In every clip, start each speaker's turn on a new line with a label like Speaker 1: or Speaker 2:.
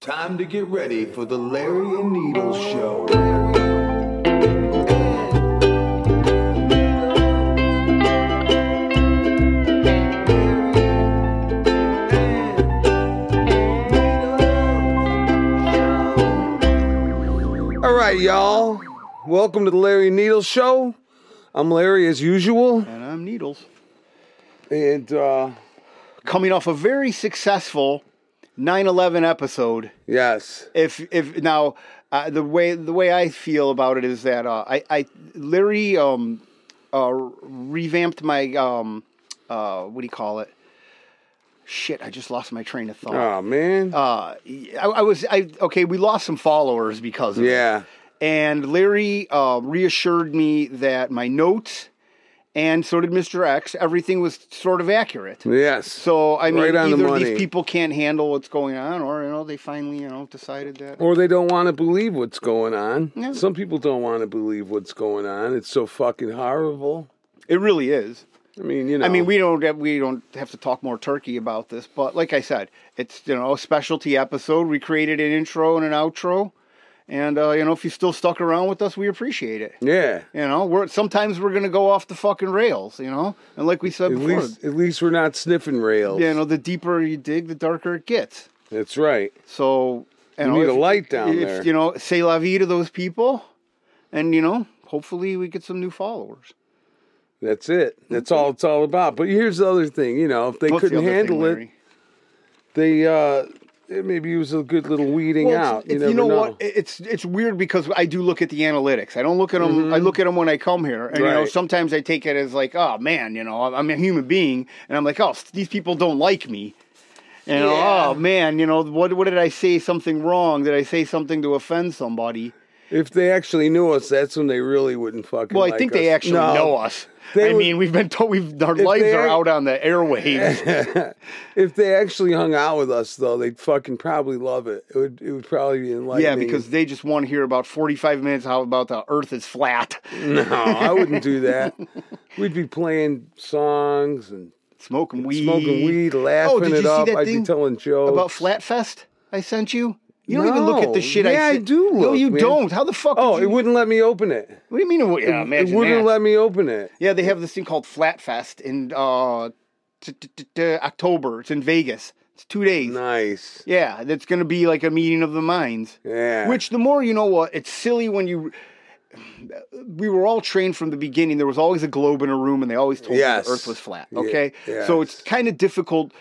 Speaker 1: Time to get ready for the Larry and Needles show.
Speaker 2: All right, y'all. Welcome to the Larry Needles Show. I'm Larry as usual,
Speaker 3: And I'm Needles.
Speaker 2: and uh,
Speaker 3: Coming off a very successful 9/11 episode.
Speaker 2: yes,
Speaker 3: If if now uh, the way the way I feel about it is that uh, I I Larry um uh revamped my um uh what do you call it? Shit, I just lost my train of thought.
Speaker 2: oh man,
Speaker 3: Uh, I, I was I okay. We lost some followers because of it.
Speaker 2: yeah,
Speaker 3: And Larry uh, reassured me that my notes, and so did Mr. X, everything was sort of accurate.
Speaker 2: yes.
Speaker 3: So I mean,
Speaker 2: Right on the
Speaker 3: either
Speaker 2: money.
Speaker 3: these people can't handle what's going on, or you know, they finally you know decided that.
Speaker 2: or they don't want to believe what's going on.
Speaker 3: Yeah.
Speaker 2: Some people don't want to believe what's going on. It's so fucking horrible.
Speaker 3: It really is.
Speaker 2: I mean, you know,
Speaker 3: I mean, we don't have, we don't have to talk more turkey about this, but like I said, it's you know a specialty episode. We created an intro and an outro, and uh, you know if you still stuck around with us, we appreciate it.
Speaker 2: yeah.
Speaker 3: You know, we're sometimes we're gonna go off the fucking rails. You know, and like we said
Speaker 2: At
Speaker 3: before,
Speaker 2: least, at least we're not sniffing rails.
Speaker 3: you know, the deeper you dig, the darker it gets.
Speaker 2: That's right.
Speaker 3: So
Speaker 2: We
Speaker 3: you know,
Speaker 2: need a
Speaker 3: if-
Speaker 2: light down
Speaker 3: if,
Speaker 2: there.
Speaker 3: You know, say la vie to those people, and you know, hopefully we get some new followers.
Speaker 2: That's it. That's all it's all about. But here's the other thing. You know, if they
Speaker 3: What's the
Speaker 2: couldn't
Speaker 3: other thing,
Speaker 2: handle it,
Speaker 3: Larry?
Speaker 2: they uh, it maybe it was a good little weeding
Speaker 3: Well,
Speaker 2: out.
Speaker 3: it's- it's-
Speaker 2: never
Speaker 3: know,
Speaker 2: know
Speaker 3: what? It- It's it's weird because I do look at the analytics. I don't look at them. I look at them when I come here, and you know
Speaker 2: Mm-hmm. Right.
Speaker 3: sometimes I take it as like, oh man, you know, I'm- I'm a human being, and I'm like, oh, these people don't like me, and
Speaker 2: Yeah.
Speaker 3: oh man, you know, what what did I say something wrong? Did I say something to offend somebody?
Speaker 2: If they actually knew us, that's when they really wouldn't fucking.
Speaker 3: Well, I
Speaker 2: like
Speaker 3: think they
Speaker 2: us.
Speaker 3: actually
Speaker 2: No.
Speaker 3: know us.
Speaker 2: They
Speaker 3: I
Speaker 2: would-
Speaker 3: mean, we've been told we've our lives
Speaker 2: they
Speaker 3: are
Speaker 2: act-
Speaker 3: out on the airwaves.
Speaker 2: If they actually hung out with us, though, they'd fucking probably love it. It would. It would probably be enlightening.
Speaker 3: yeah, because they just want to hear about forty-five minutes how about the Earth is flat.
Speaker 2: no, I wouldn't do that. We'd be playing songs and
Speaker 3: Smoking weed.
Speaker 2: smoking weed, laughing
Speaker 3: Oh, did you
Speaker 2: it
Speaker 3: see
Speaker 2: up.
Speaker 3: that
Speaker 2: I'd
Speaker 3: thing
Speaker 2: be telling jokes
Speaker 3: about Flatfest I sent you? You don't even look at
Speaker 2: No.
Speaker 3: the shit I
Speaker 2: Yeah, I
Speaker 3: sent.
Speaker 2: do
Speaker 3: No,
Speaker 2: look,
Speaker 3: you
Speaker 2: man.
Speaker 3: don't. How the fuck?
Speaker 2: Oh,
Speaker 3: did you...
Speaker 2: it wouldn't let me open it.
Speaker 3: What do you mean? It, would... yeah,
Speaker 2: It
Speaker 3: imagine
Speaker 2: wouldn't
Speaker 3: that.
Speaker 2: let me open it.
Speaker 3: Yeah, they have this thing called Flatfest in uh, t- t- t- t- October. It's in Vegas. It's two days.
Speaker 2: Nice.
Speaker 3: Yeah, that's going to be like a meeting of the minds.
Speaker 2: Yeah.
Speaker 3: Which the more you know what, it's silly when you we were all trained from the beginning. There was always a globe in a room and they always told
Speaker 2: Yes.
Speaker 3: you the earth was flat.
Speaker 2: Ye-
Speaker 3: Okay? So
Speaker 2: yes.
Speaker 3: it's kind of difficult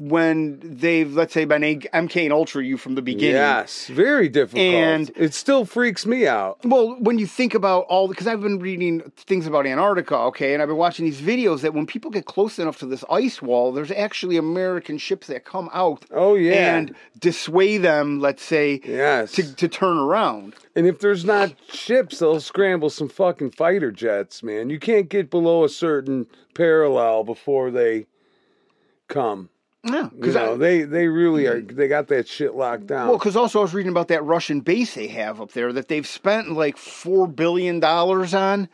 Speaker 3: when they've let's say been a- MK and Ultra you from the beginning.
Speaker 2: Yes, very difficult.
Speaker 3: And-
Speaker 2: it still freaks me out.
Speaker 3: Well, when you think about all, because I've been reading things about Antarctica, okay, and I've been watching these videos that when people get close enough to this ice wall, there's actually American ships that come out
Speaker 2: Oh yeah.
Speaker 3: and dissuade them, let's say,
Speaker 2: yes.
Speaker 3: to, to turn around.
Speaker 2: And if there's not ships, they'll scramble some fucking fighter jets, man. You can't get below a certain parallel before they come.
Speaker 3: Yeah,
Speaker 2: You
Speaker 3: because
Speaker 2: know, they they really are. They got that shit locked down.
Speaker 3: well, 'cause also I was reading about that Russian base they have up there that they've spent like four billion dollars on,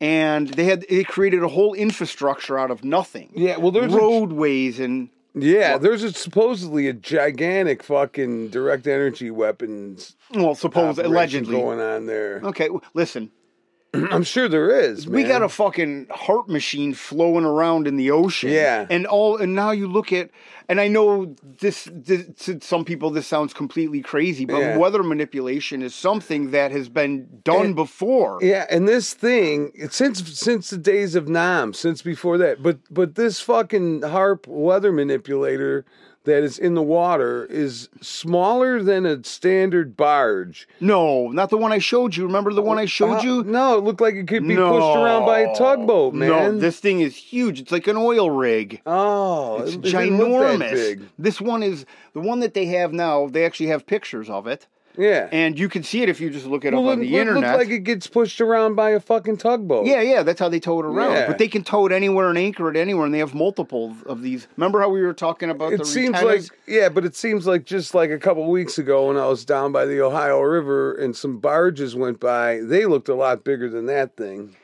Speaker 3: and they had they created a whole infrastructure out of nothing.
Speaker 2: yeah, well, there's a,
Speaker 3: roadways and
Speaker 2: yeah, there's a, supposedly a gigantic fucking direct energy weapons
Speaker 3: well, suppose
Speaker 2: operation
Speaker 3: allegedly.
Speaker 2: going on there.
Speaker 3: Okay, w- listen,
Speaker 2: I'm sure there is.
Speaker 3: we
Speaker 2: man.
Speaker 3: got a fucking heart machine flowing around in the ocean.
Speaker 2: Yeah.
Speaker 3: And all and now you look at and I know this, this to some people this sounds completely crazy, but
Speaker 2: Yeah.
Speaker 3: weather manipulation is something that has been done before.
Speaker 2: Yeah, and this thing it's since since the days of Nam, since before that, but but this fucking harp weather manipulator that is in the water is smaller than a standard barge.
Speaker 3: No, not the one I showed you. Remember the one I showed
Speaker 2: How-
Speaker 3: you?
Speaker 2: No, it looked like it could be pushed around by a tugboat, man.
Speaker 3: No, this thing is huge. It's like an oil rig.
Speaker 2: oh,
Speaker 3: It's
Speaker 2: it didn't look that
Speaker 3: ginormous.
Speaker 2: big.
Speaker 3: This one is the one that they have now. They actually have pictures of it,
Speaker 2: Yeah,
Speaker 3: and you can see it if you just look it
Speaker 2: Well,
Speaker 3: up on
Speaker 2: it-
Speaker 3: the
Speaker 2: it looked
Speaker 3: internet.
Speaker 2: like it gets pushed around by a fucking tugboat.
Speaker 3: yeah, yeah, that's how they tow it around.
Speaker 2: Yeah.
Speaker 3: But they can tow it anywhere and anchor it anywhere, and they have multiple of these. Remember how we were talking about the
Speaker 2: it seems like
Speaker 3: antennas?
Speaker 2: yeah, but it seems like just like a couple weeks ago when I was down by the Ohio River and some barges went by, they looked a lot bigger than that thing.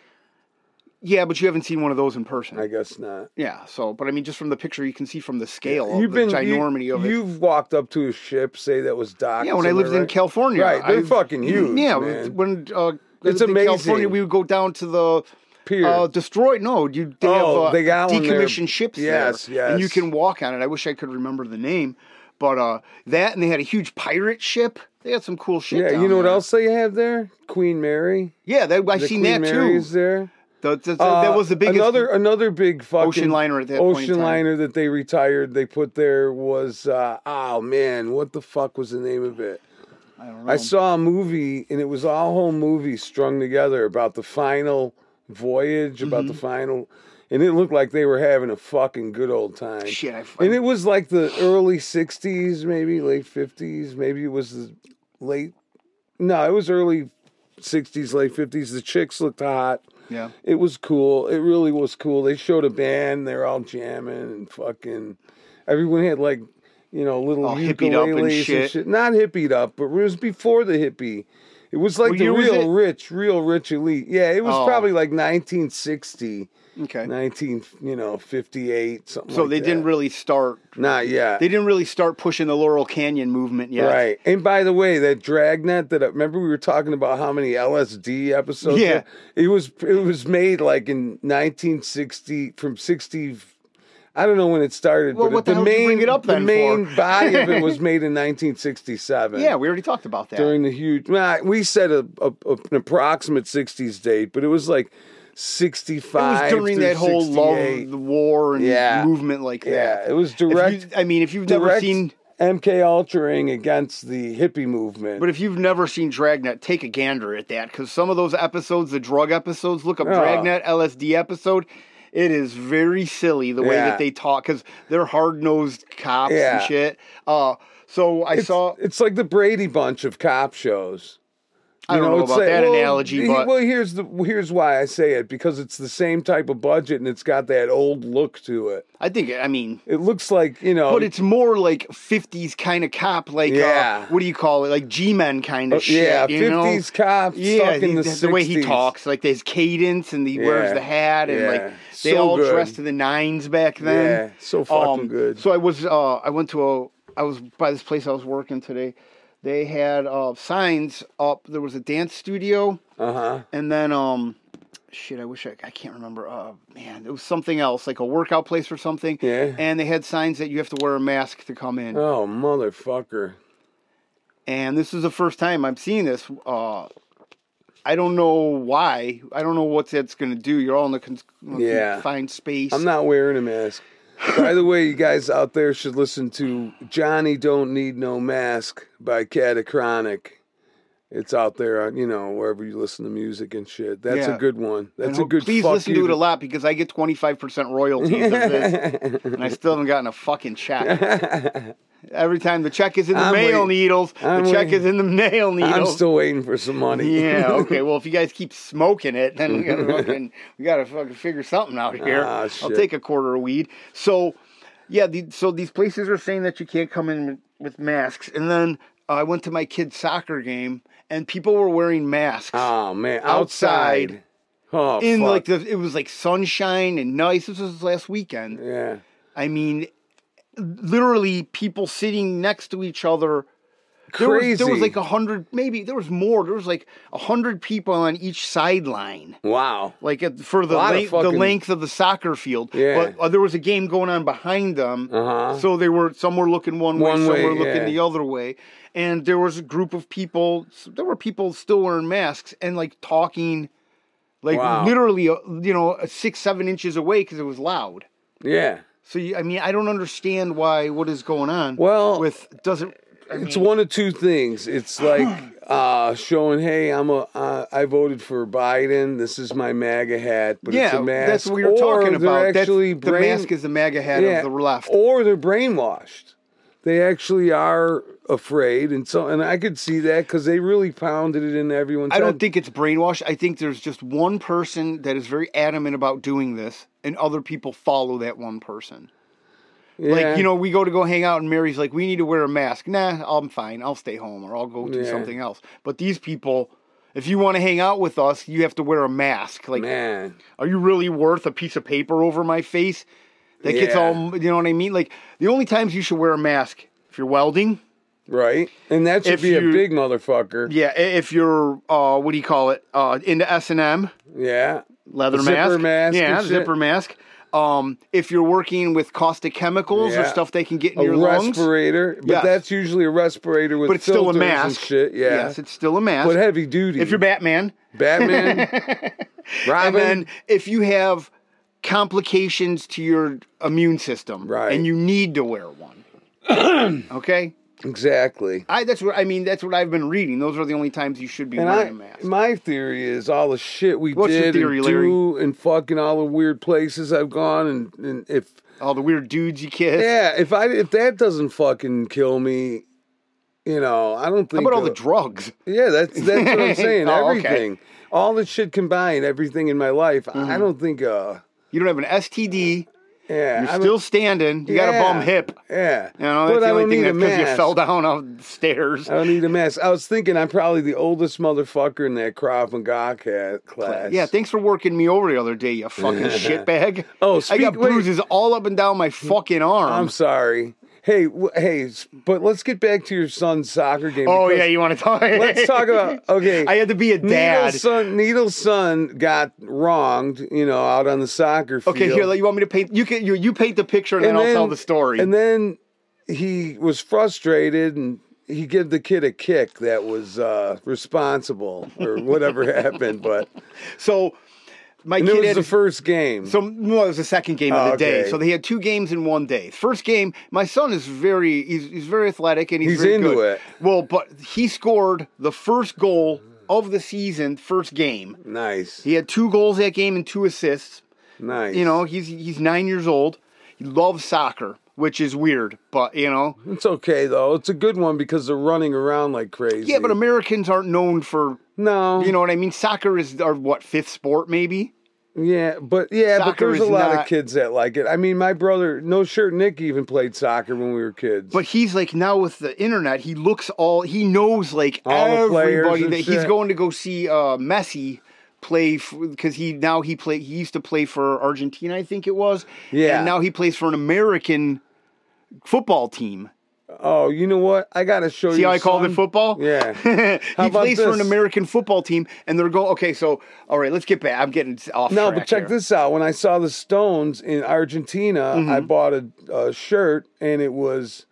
Speaker 3: Yeah, but you haven't seen one of those in person.
Speaker 2: I guess not.
Speaker 3: yeah, so but I mean, just from the picture, you can see from the scale, of
Speaker 2: You've
Speaker 3: the
Speaker 2: been
Speaker 3: ginormity
Speaker 2: you,
Speaker 3: of it.
Speaker 2: You've walked up to a ship, say that was docked.
Speaker 3: yeah, when I lived
Speaker 2: somewhere,
Speaker 3: in California,
Speaker 2: right? Right, they're
Speaker 3: I-
Speaker 2: fucking huge.
Speaker 3: Yeah,
Speaker 2: man.
Speaker 3: when uh,
Speaker 2: It's
Speaker 3: in California,
Speaker 2: amazing.
Speaker 3: we would go down to the
Speaker 2: Pier.
Speaker 3: Uh, destroyed? No, you they
Speaker 2: Oh,
Speaker 3: have uh,
Speaker 2: they got one there.
Speaker 3: decommissioned ships
Speaker 2: Yes,
Speaker 3: there, and you
Speaker 2: yes.
Speaker 3: can walk on it. I wish I could remember the name, but uh, that and they had a huge pirate ship. They had some cool shit.
Speaker 2: yeah,
Speaker 3: down
Speaker 2: you know what
Speaker 3: there.
Speaker 2: else they have there? Queen Mary.
Speaker 3: Yeah, that, I've
Speaker 2: The
Speaker 3: seen
Speaker 2: Queen
Speaker 3: that
Speaker 2: Mary
Speaker 3: too.
Speaker 2: is there.
Speaker 3: The- the- the-
Speaker 2: Uh,
Speaker 3: that was the biggest.
Speaker 2: Another another big fucking
Speaker 3: Ocean liner at that point in
Speaker 2: ocean
Speaker 3: time.
Speaker 2: liner that they retired. They put there was uh, oh man, what the fuck was the name of it?
Speaker 3: I don't know.
Speaker 2: I saw a movie and it was all whole movies strung together about the final voyage,
Speaker 3: Mm-hmm.
Speaker 2: about the final, and it looked like they were having a fucking good old time.
Speaker 3: Shit, I,
Speaker 2: And it was like the early '60s, maybe late '50s, maybe it was the late. No, it was early '60s, late '50s. The chicks looked hot.
Speaker 3: yeah.
Speaker 2: It was cool. It really was cool. They showed a band. They're all jamming and fucking. Everyone had like, you know, little
Speaker 3: All hippied up and
Speaker 2: ukuleles and shit.
Speaker 3: shit.
Speaker 2: Not hippied up, but it was before the hippie. It was like
Speaker 3: What
Speaker 2: the
Speaker 3: year was
Speaker 2: real
Speaker 3: it?
Speaker 2: rich, real rich elite. Yeah, it was
Speaker 3: Oh.
Speaker 2: probably like 1960,
Speaker 3: Okay.
Speaker 2: 19, you know, 58, something.
Speaker 3: So
Speaker 2: like
Speaker 3: they
Speaker 2: that.
Speaker 3: didn't really start.
Speaker 2: Not yet.
Speaker 3: They didn't really start pushing the Laurel Canyon movement yet.
Speaker 2: Right. And by the way, that dragnet that I, remember we were talking about how many LSD episodes.
Speaker 3: Yeah.
Speaker 2: It was it was made like in 1960 from 60 I don't know when it started,
Speaker 3: Well,
Speaker 2: but
Speaker 3: what the
Speaker 2: the,
Speaker 3: hell did you
Speaker 2: main
Speaker 3: bring it up
Speaker 2: the
Speaker 3: then
Speaker 2: main
Speaker 3: for?
Speaker 2: body of it was made in 1967.
Speaker 3: Yeah, we already talked about that.
Speaker 2: During the huge, well, we said a, a, a- an approximate 60s date, but it was like
Speaker 3: it was
Speaker 2: 65.
Speaker 3: during
Speaker 2: through
Speaker 3: that whole
Speaker 2: 68.
Speaker 3: love, the war, and
Speaker 2: Yeah.
Speaker 3: movement like
Speaker 2: Yeah,
Speaker 3: that.
Speaker 2: it was
Speaker 3: If you-
Speaker 2: direct.
Speaker 3: I mean, if you've never
Speaker 2: direct
Speaker 3: seen,
Speaker 2: MK altering against the hippie movement.
Speaker 3: but if you've never seen Dragnet, take a gander at that because some of those episodes, the drug episodes, look up
Speaker 2: Yeah.
Speaker 3: Dragnet LSD episode. It is very silly the way
Speaker 2: Yeah.
Speaker 3: that they talk because they're hard nosed cops
Speaker 2: Yeah.
Speaker 3: and shit. Uh, so I
Speaker 2: it's,
Speaker 3: saw.
Speaker 2: it's like the Brady Bunch of cop shows.
Speaker 3: I
Speaker 2: You
Speaker 3: don't know,
Speaker 2: it's
Speaker 3: about
Speaker 2: like-
Speaker 3: that
Speaker 2: well,
Speaker 3: analogy,
Speaker 2: he-
Speaker 3: but
Speaker 2: well, here's the here's why I say it because it's the same type of budget and it's got that old look to it.
Speaker 3: I think I mean.
Speaker 2: It looks like you know,
Speaker 3: But it's more like '50s kind of cop, like
Speaker 2: Yeah. Oh,
Speaker 3: uh, what do you call it? Like G-men kind of shit.
Speaker 2: yeah,
Speaker 3: you know?
Speaker 2: fifties cops stuck in
Speaker 3: he-
Speaker 2: the,
Speaker 3: the, the way he
Speaker 2: 60s.
Speaker 3: talks, like his cadence, and he wears
Speaker 2: Yeah.
Speaker 3: the hat, and like
Speaker 2: Yeah.
Speaker 3: they
Speaker 2: So
Speaker 3: all
Speaker 2: good.
Speaker 3: dressed to the nines back
Speaker 2: Yeah,
Speaker 3: then.
Speaker 2: so fucking
Speaker 3: Um,
Speaker 2: good.
Speaker 3: So I was, uh, I went to a, I was by this place I was working today. They had uh, signs up. There was a dance studio,
Speaker 2: Uh huh.
Speaker 3: and then um, shit, I wish I, I can't remember. Uh, man, it was something else, like a workout place or something.
Speaker 2: Yeah.
Speaker 3: And they had signs that you have to wear a mask to come in.
Speaker 2: Oh motherfucker!
Speaker 3: and this is the first time I'm seeing this. Uh, I don't know why. I don't know what that's going to do. You're all in the con-
Speaker 2: Yeah.
Speaker 3: confined space.
Speaker 2: I'm not wearing a mask. By the way, you guys out there should listen to Johnny Don't Need No Mask by Catachronic. It's out there, on, you know, wherever you listen to music and shit. That's
Speaker 3: Yeah.
Speaker 2: a good one.
Speaker 3: And
Speaker 2: That's a
Speaker 3: ho-
Speaker 2: good
Speaker 3: Please
Speaker 2: fuck
Speaker 3: listen
Speaker 2: you
Speaker 3: to it a lot because I get 25% royalties of this, and I still haven't gotten a fucking check. Every time the check is in the
Speaker 2: I'm
Speaker 3: mail
Speaker 2: waiting.
Speaker 3: needles,
Speaker 2: I'm
Speaker 3: the check
Speaker 2: waiting.
Speaker 3: is in the mail
Speaker 2: I'm
Speaker 3: needles.
Speaker 2: still waiting for some money.
Speaker 3: yeah. Okay. Well, if you guys keep smoking it, then we gotta fucking we gotta fucking figure something out here.
Speaker 2: Ah,
Speaker 3: I'll
Speaker 2: shit.
Speaker 3: take a quarter of weed. So, yeah. The, so these places are saying that you can't come in with, with masks. And then uh, I went to my kid's soccer game, and people were wearing masks
Speaker 2: Oh man,
Speaker 3: Outside.
Speaker 2: outside. Oh,
Speaker 3: in
Speaker 2: fuck.
Speaker 3: like the it was like sunshine and nice. This was last weekend.
Speaker 2: yeah.
Speaker 3: I mean, literally people sitting next to each other. There
Speaker 2: Crazy.
Speaker 3: was, there was like a hundred, maybe there was more. There was like a hundred people on each sideline.
Speaker 2: wow.
Speaker 3: like at, for the
Speaker 2: lot of
Speaker 3: length, the
Speaker 2: fucking-
Speaker 3: length of the soccer field.
Speaker 2: Yeah.
Speaker 3: But uh, there was a game going on behind them,
Speaker 2: Uh-huh.
Speaker 3: so they were some were looking one, way,
Speaker 2: One
Speaker 3: some
Speaker 2: way,
Speaker 3: were looking
Speaker 2: yeah.
Speaker 3: the other way, and there was a group of people. There were people still wearing masks and like talking, like
Speaker 2: Wow.
Speaker 3: literally, uh, you know, six seven inches away because it was loud.
Speaker 2: Yeah.
Speaker 3: So you, I mean, I don't understand why what is going on.
Speaker 2: Well,
Speaker 3: with doesn't. I
Speaker 2: it's
Speaker 3: mean,
Speaker 2: one of two things. It's like uh, showing, hey, I'm a, uh, I voted for Biden. This is my MAGA hat, but it's
Speaker 3: yeah,
Speaker 2: a mask.
Speaker 3: that's what we were
Speaker 2: Or
Speaker 3: talking
Speaker 2: they're
Speaker 3: about. That's-
Speaker 2: Actually
Speaker 3: the
Speaker 2: brain-
Speaker 3: mask is the MAGA hat of the left.
Speaker 2: Or they're brainwashed. They actually are afraid, and so and I could see that because they really pounded it in everyone's.
Speaker 3: I don't
Speaker 2: head.
Speaker 3: think it's brainwash. I think there's just one person that is very adamant about doing this, and other people follow that one person.
Speaker 2: Yeah.
Speaker 3: Like, you know, we go to go hang out, and Mary's like, we need to wear a mask. Nah, I'm fine. I'll stay home or I'll go do
Speaker 2: Yeah.
Speaker 3: something else. But these people, If you want to hang out with us, you have to wear a mask. Like,
Speaker 2: Man,
Speaker 3: are you really worth a piece of paper over my face? That gets
Speaker 2: Yeah.
Speaker 3: all, you know what I mean? Like, the only times you should wear a mask if you're welding,
Speaker 2: right? And that should
Speaker 3: If
Speaker 2: be a
Speaker 3: you-
Speaker 2: big motherfucker.
Speaker 3: yeah, i- if you're, uh, what do you call it, uh, into S and M
Speaker 2: Yeah.
Speaker 3: leather
Speaker 2: Zipper
Speaker 3: mask,
Speaker 2: mask
Speaker 3: yeah,
Speaker 2: and shit.
Speaker 3: zipper mask. Um, if you're working with caustic chemicals or
Speaker 2: Yeah.
Speaker 3: stuff they can get in
Speaker 2: A
Speaker 3: your lungs,
Speaker 2: respirator, but
Speaker 3: Yes.
Speaker 2: that's usually a respirator with
Speaker 3: but it's still a
Speaker 2: filters and
Speaker 3: mask.
Speaker 2: shit. Yeah,
Speaker 3: Yes, it's still a mask.
Speaker 2: but heavy duty.
Speaker 3: if you're Batman,
Speaker 2: Batman,
Speaker 3: and
Speaker 2: Robin,
Speaker 3: then if you have complications to your immune system,
Speaker 2: Right.
Speaker 3: and you need to wear one, okay.
Speaker 2: exactly.
Speaker 3: I that's what I mean. That's what I've been reading. Those are the only times you should be
Speaker 2: And
Speaker 3: wearing
Speaker 2: I,
Speaker 3: a mask.
Speaker 2: my theory is all the shit we
Speaker 3: What's your
Speaker 2: did
Speaker 3: theory,
Speaker 2: and
Speaker 3: Larry?
Speaker 2: do, and fucking all the weird places I've gone, and, and if
Speaker 3: All the weird dudes you kiss.
Speaker 2: yeah, if I if that doesn't fucking kill me, you know, I don't
Speaker 3: How
Speaker 2: think.
Speaker 3: about all the
Speaker 2: uh,
Speaker 3: drugs?
Speaker 2: Yeah, that's that's what I'm saying.
Speaker 3: Oh, okay.
Speaker 2: everything, all the shit combined, everything in my life.
Speaker 3: Mm-hmm.
Speaker 2: I don't think. uh
Speaker 3: You don't have an STD.
Speaker 2: Yeah,
Speaker 3: You're
Speaker 2: I don't-
Speaker 3: still standing. You got a
Speaker 2: Yeah.
Speaker 3: bum hip.
Speaker 2: Yeah,
Speaker 3: You know, that's
Speaker 2: but
Speaker 3: the
Speaker 2: I
Speaker 3: only
Speaker 2: don't
Speaker 3: thing
Speaker 2: need a
Speaker 3: that because you
Speaker 2: mask. Uh,
Speaker 3: fell down off the stairs.
Speaker 2: I don't need a mask. I was thinking I'm probably the oldest motherfucker in that Krav Maga ca- class.
Speaker 3: Yeah, thanks for working me over the other day, you fucking shitbag.
Speaker 2: Oh,
Speaker 3: I got
Speaker 2: speak- wait. Mm.
Speaker 3: bruises all up and down my fucking
Speaker 2: I'm
Speaker 3: arm.
Speaker 2: sorry. Hey, w- hey, s- but let's get back to your son's soccer game.
Speaker 3: oh
Speaker 2: because
Speaker 3: yeah, you want to talk?
Speaker 2: let's talk about okay.
Speaker 3: I had to be a dad.
Speaker 2: Needle's son, Needle's son got wronged, you know, out on the soccer field.
Speaker 3: Okay, here, like, you want me to paint? You can you, you paint the picture and, then, I'll tell the story.
Speaker 2: And then he was frustrated and he gave the kid a kick that was uh, responsible or whatever happened. But
Speaker 3: so my
Speaker 2: and
Speaker 3: kid
Speaker 2: it was
Speaker 3: had
Speaker 2: the
Speaker 3: his-
Speaker 2: first game.
Speaker 3: So no, it was the second game of
Speaker 2: Oh,
Speaker 3: the day.
Speaker 2: okay.
Speaker 3: So they had two games in one day. First game, my son is very he's, he's very athletic and he's,
Speaker 2: He's
Speaker 3: very
Speaker 2: into
Speaker 3: good.
Speaker 2: it.
Speaker 3: Well, but he scored the first goal of the season, first game.
Speaker 2: nice,
Speaker 3: He had two goals that game and two assists.
Speaker 2: nice.
Speaker 3: You know, he's he's nine years old. He loves soccer, which is weird, but you know,
Speaker 2: It's okay though. It's a good one because they're running around like crazy.
Speaker 3: yeah. But Americans aren't known for
Speaker 2: no,
Speaker 3: you know what I mean. Soccer is our what fifth sport maybe.
Speaker 2: yeah, but yeah, but
Speaker 3: Soccer
Speaker 2: there's a
Speaker 3: is
Speaker 2: lot
Speaker 3: not-
Speaker 2: of kids that like it. I mean, my brother, no shirt Nick, even played soccer when we were kids.
Speaker 3: But he's like now with the internet, he looks all he knows like
Speaker 2: All the players
Speaker 3: everybody
Speaker 2: and
Speaker 3: that he's
Speaker 2: shit.
Speaker 3: going to go see uh, Messi play because he now he play he used to play for Argentina, I think it was.
Speaker 2: Yeah.
Speaker 3: and now he plays for an American football team.
Speaker 2: oh, you know what? I gotta show you.
Speaker 3: See how I called it football?
Speaker 2: Yeah.
Speaker 3: he
Speaker 2: about
Speaker 3: plays for an
Speaker 2: this?
Speaker 3: American football team, and they're going. Okay, so all right, let's get back. I'm getting off.
Speaker 2: No,
Speaker 3: track
Speaker 2: but check
Speaker 3: here.
Speaker 2: this out. When I saw the Stones in Argentina, I
Speaker 3: Mm-hmm.
Speaker 2: bought a, a shirt and it was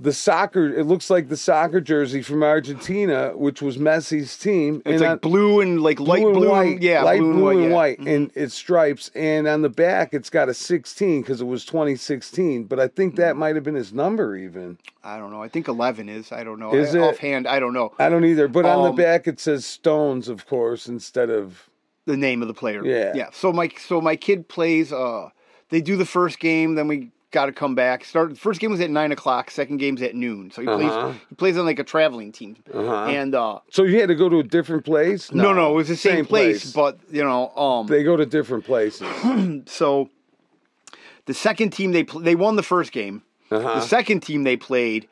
Speaker 2: the soccer. It looks like the soccer jersey from Argentina, which was Messi's team.
Speaker 3: It's like blue and like light blue,
Speaker 2: blue and white,
Speaker 3: and- yeah,
Speaker 2: light blue, and
Speaker 3: yeah. Mm-hmm.
Speaker 2: white, and it's stripes. And on the back, it's got a sixteen because it was twenty sixteen. But I think that
Speaker 3: Mm-hmm.
Speaker 2: might have been his number, even.
Speaker 3: I don't know. I think eleven is. I don't know.
Speaker 2: Is
Speaker 3: I,
Speaker 2: it?
Speaker 3: offhand? I don't know
Speaker 2: I don't either. But on
Speaker 3: Um,
Speaker 2: the back, it says Stones, of course, instead of
Speaker 3: the name of the player.
Speaker 2: Yeah.
Speaker 3: yeah. So my so my kid plays. Uh, they do the first game, then we got to come back. Start first game was at nine o'clock. Second game's at noon. So he
Speaker 2: Uh-huh.
Speaker 3: plays. He plays on like a traveling team, and uh,
Speaker 2: so you had to go to a different place.
Speaker 3: no. no, it was the same, place, but you know, um,
Speaker 2: they go to different places.
Speaker 3: so the second team they pl- they won the first game.
Speaker 2: Uh-huh.
Speaker 3: The second team they played.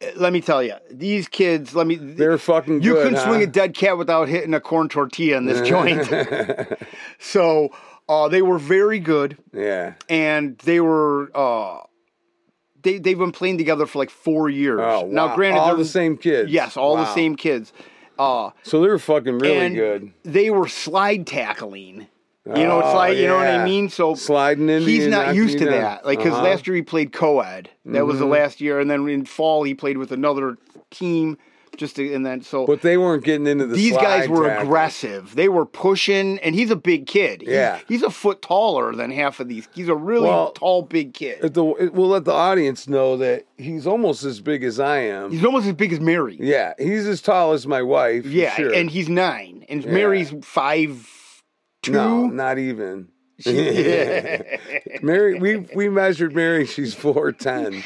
Speaker 3: eh, Let me tell you, these kids. Let me.
Speaker 2: They're fucking.
Speaker 3: You
Speaker 2: good,
Speaker 3: couldn't
Speaker 2: huh?
Speaker 3: swing a dead cat without hitting a corn tortilla in this joint. so uh, they were very good,
Speaker 2: Yeah.
Speaker 3: and they were uh, they they've been playing together for like four years.
Speaker 2: Oh,
Speaker 3: Now,
Speaker 2: wow.
Speaker 3: granted,
Speaker 2: all
Speaker 3: they're
Speaker 2: the same kids.
Speaker 3: Yes, all the
Speaker 2: Wow.
Speaker 3: same kids. Uh,
Speaker 2: So they were fucking really
Speaker 3: and
Speaker 2: good. Oh,
Speaker 3: they were slide tackling. You know, it's like you know what I
Speaker 2: yeah.
Speaker 3: mean. So
Speaker 2: Sliding into
Speaker 3: he's
Speaker 2: you,
Speaker 3: not
Speaker 2: knocking
Speaker 3: used to
Speaker 2: you down.
Speaker 3: that. Like because
Speaker 2: Uh-huh. Mm-hmm.
Speaker 3: last year he played co-ed. That was the last year, and then in fall he played with another team. Just to, and then so
Speaker 2: But they weren't getting into the.
Speaker 3: these guys
Speaker 2: slide
Speaker 3: were
Speaker 2: tackle.
Speaker 3: aggressive. They were pushing, and he's a big kid. He's-
Speaker 2: Yeah.
Speaker 3: he's, a foot taller than half of these. He's a really
Speaker 2: Well,
Speaker 3: tall, big kid.
Speaker 2: At the- we'll let the audience know that he's almost as big as I am.
Speaker 3: He's almost as big as Mary. Yeah,
Speaker 2: Yeah, he's as tall as my wife. for sure.
Speaker 3: and he's nine, and Mary's five two.
Speaker 2: no, not even. Mary, we we measured Mary. She's four ten,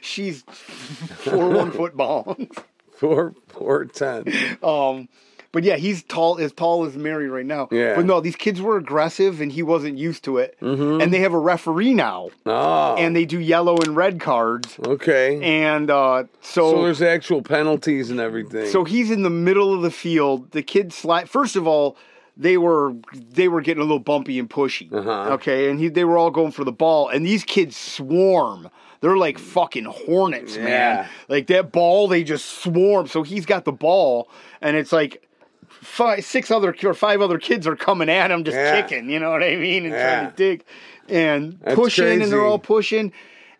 Speaker 3: She's four one foot long.
Speaker 2: four four ten.
Speaker 3: Um, But yeah, he's tall as tall as Mary right now.
Speaker 2: Yeah.
Speaker 3: But no, these kids were aggressive and he wasn't used to it. And they have a referee now,
Speaker 2: Mm-hmm. Oh,
Speaker 3: and they do yellow and red cards.
Speaker 2: okay.
Speaker 3: And uh,
Speaker 2: so there's actual penalties and everything.
Speaker 3: So he's in the middle of the field. The kid slide. First of all, they were they were getting a little bumpy and pushy.
Speaker 2: Uh-huh.
Speaker 3: Okay, and he, they were all going for the ball, and these kids swarm. They're like fucking hornets,
Speaker 2: Yeah.
Speaker 3: man. Like that ball, they just swarm. So he's got the ball, and it's like five, six other or five other kids are coming at him, just
Speaker 2: Yeah.
Speaker 3: kicking. You know what I mean? And
Speaker 2: Yeah.
Speaker 3: trying to dig and
Speaker 2: That's
Speaker 3: pushing, and they're
Speaker 2: crazy.
Speaker 3: all pushing,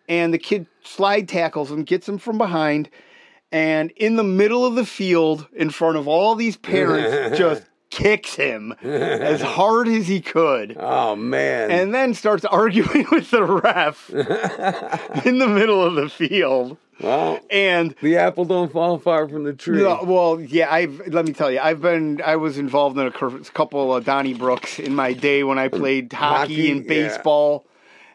Speaker 3: and the kid slide tackles him, gets him from behind, and in the middle of the field, in front of all these parents, just kicks him as hard as he could.
Speaker 2: oh man.
Speaker 3: And then starts arguing with the ref in the middle of the field.
Speaker 2: well,
Speaker 3: And
Speaker 2: the apple don't fall far from the tree.
Speaker 3: no, well, yeah, I've let me tell you, I've been I was involved in a cou- couple of Donnie Brooks in my day when I played hockey,
Speaker 2: Hockey,
Speaker 3: and
Speaker 2: yeah.
Speaker 3: baseball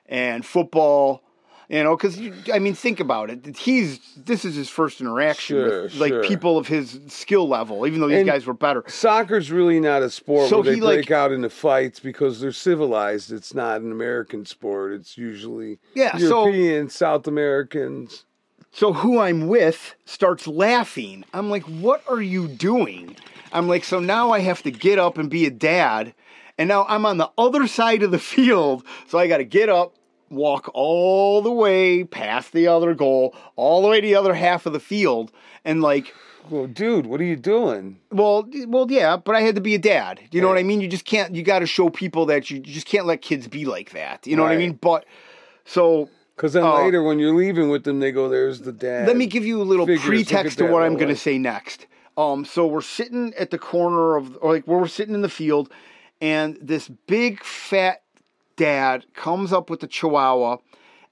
Speaker 3: and football. You know, because I mean, think about it. He's this is his first interaction with
Speaker 2: Sure,
Speaker 3: like
Speaker 2: sure.
Speaker 3: people of his skill level, even though these
Speaker 2: And-
Speaker 3: guys were better.
Speaker 2: Soccer's really not a sport
Speaker 3: So
Speaker 2: where they
Speaker 3: he, like-
Speaker 2: break out into fights because they're civilized. It's not an American sport. It's usually
Speaker 3: Yeah, so-
Speaker 2: Europeans, South Americans.
Speaker 3: So who I'm with starts laughing. I'm like, what are you doing? I'm like, so now I have to get up and be a dad. And now I'm on the other side of the field. So I got to get up, walk all the way past the other goal, all the way to the other half of the field. And like,
Speaker 2: Well, dude, what are you doing?
Speaker 3: well, d- well, yeah, but I had to be a dad. You know what I mean? You just can't. You got to show people that you, you just can't let kids be like that. You know what I
Speaker 2: Right.
Speaker 3: mean? But so
Speaker 2: Because then
Speaker 3: Oh.
Speaker 2: later, when you're leaving with them, they go, "There's the dad."
Speaker 3: Let me give you a little
Speaker 2: figures. Look
Speaker 3: pretext
Speaker 2: at
Speaker 3: to
Speaker 2: that
Speaker 3: what I'm
Speaker 2: little
Speaker 3: going to
Speaker 2: light.
Speaker 3: say next. Um, so we're sitting at the corner of, or like we're sitting in the field, and this big fat dad comes up with the chihuahua,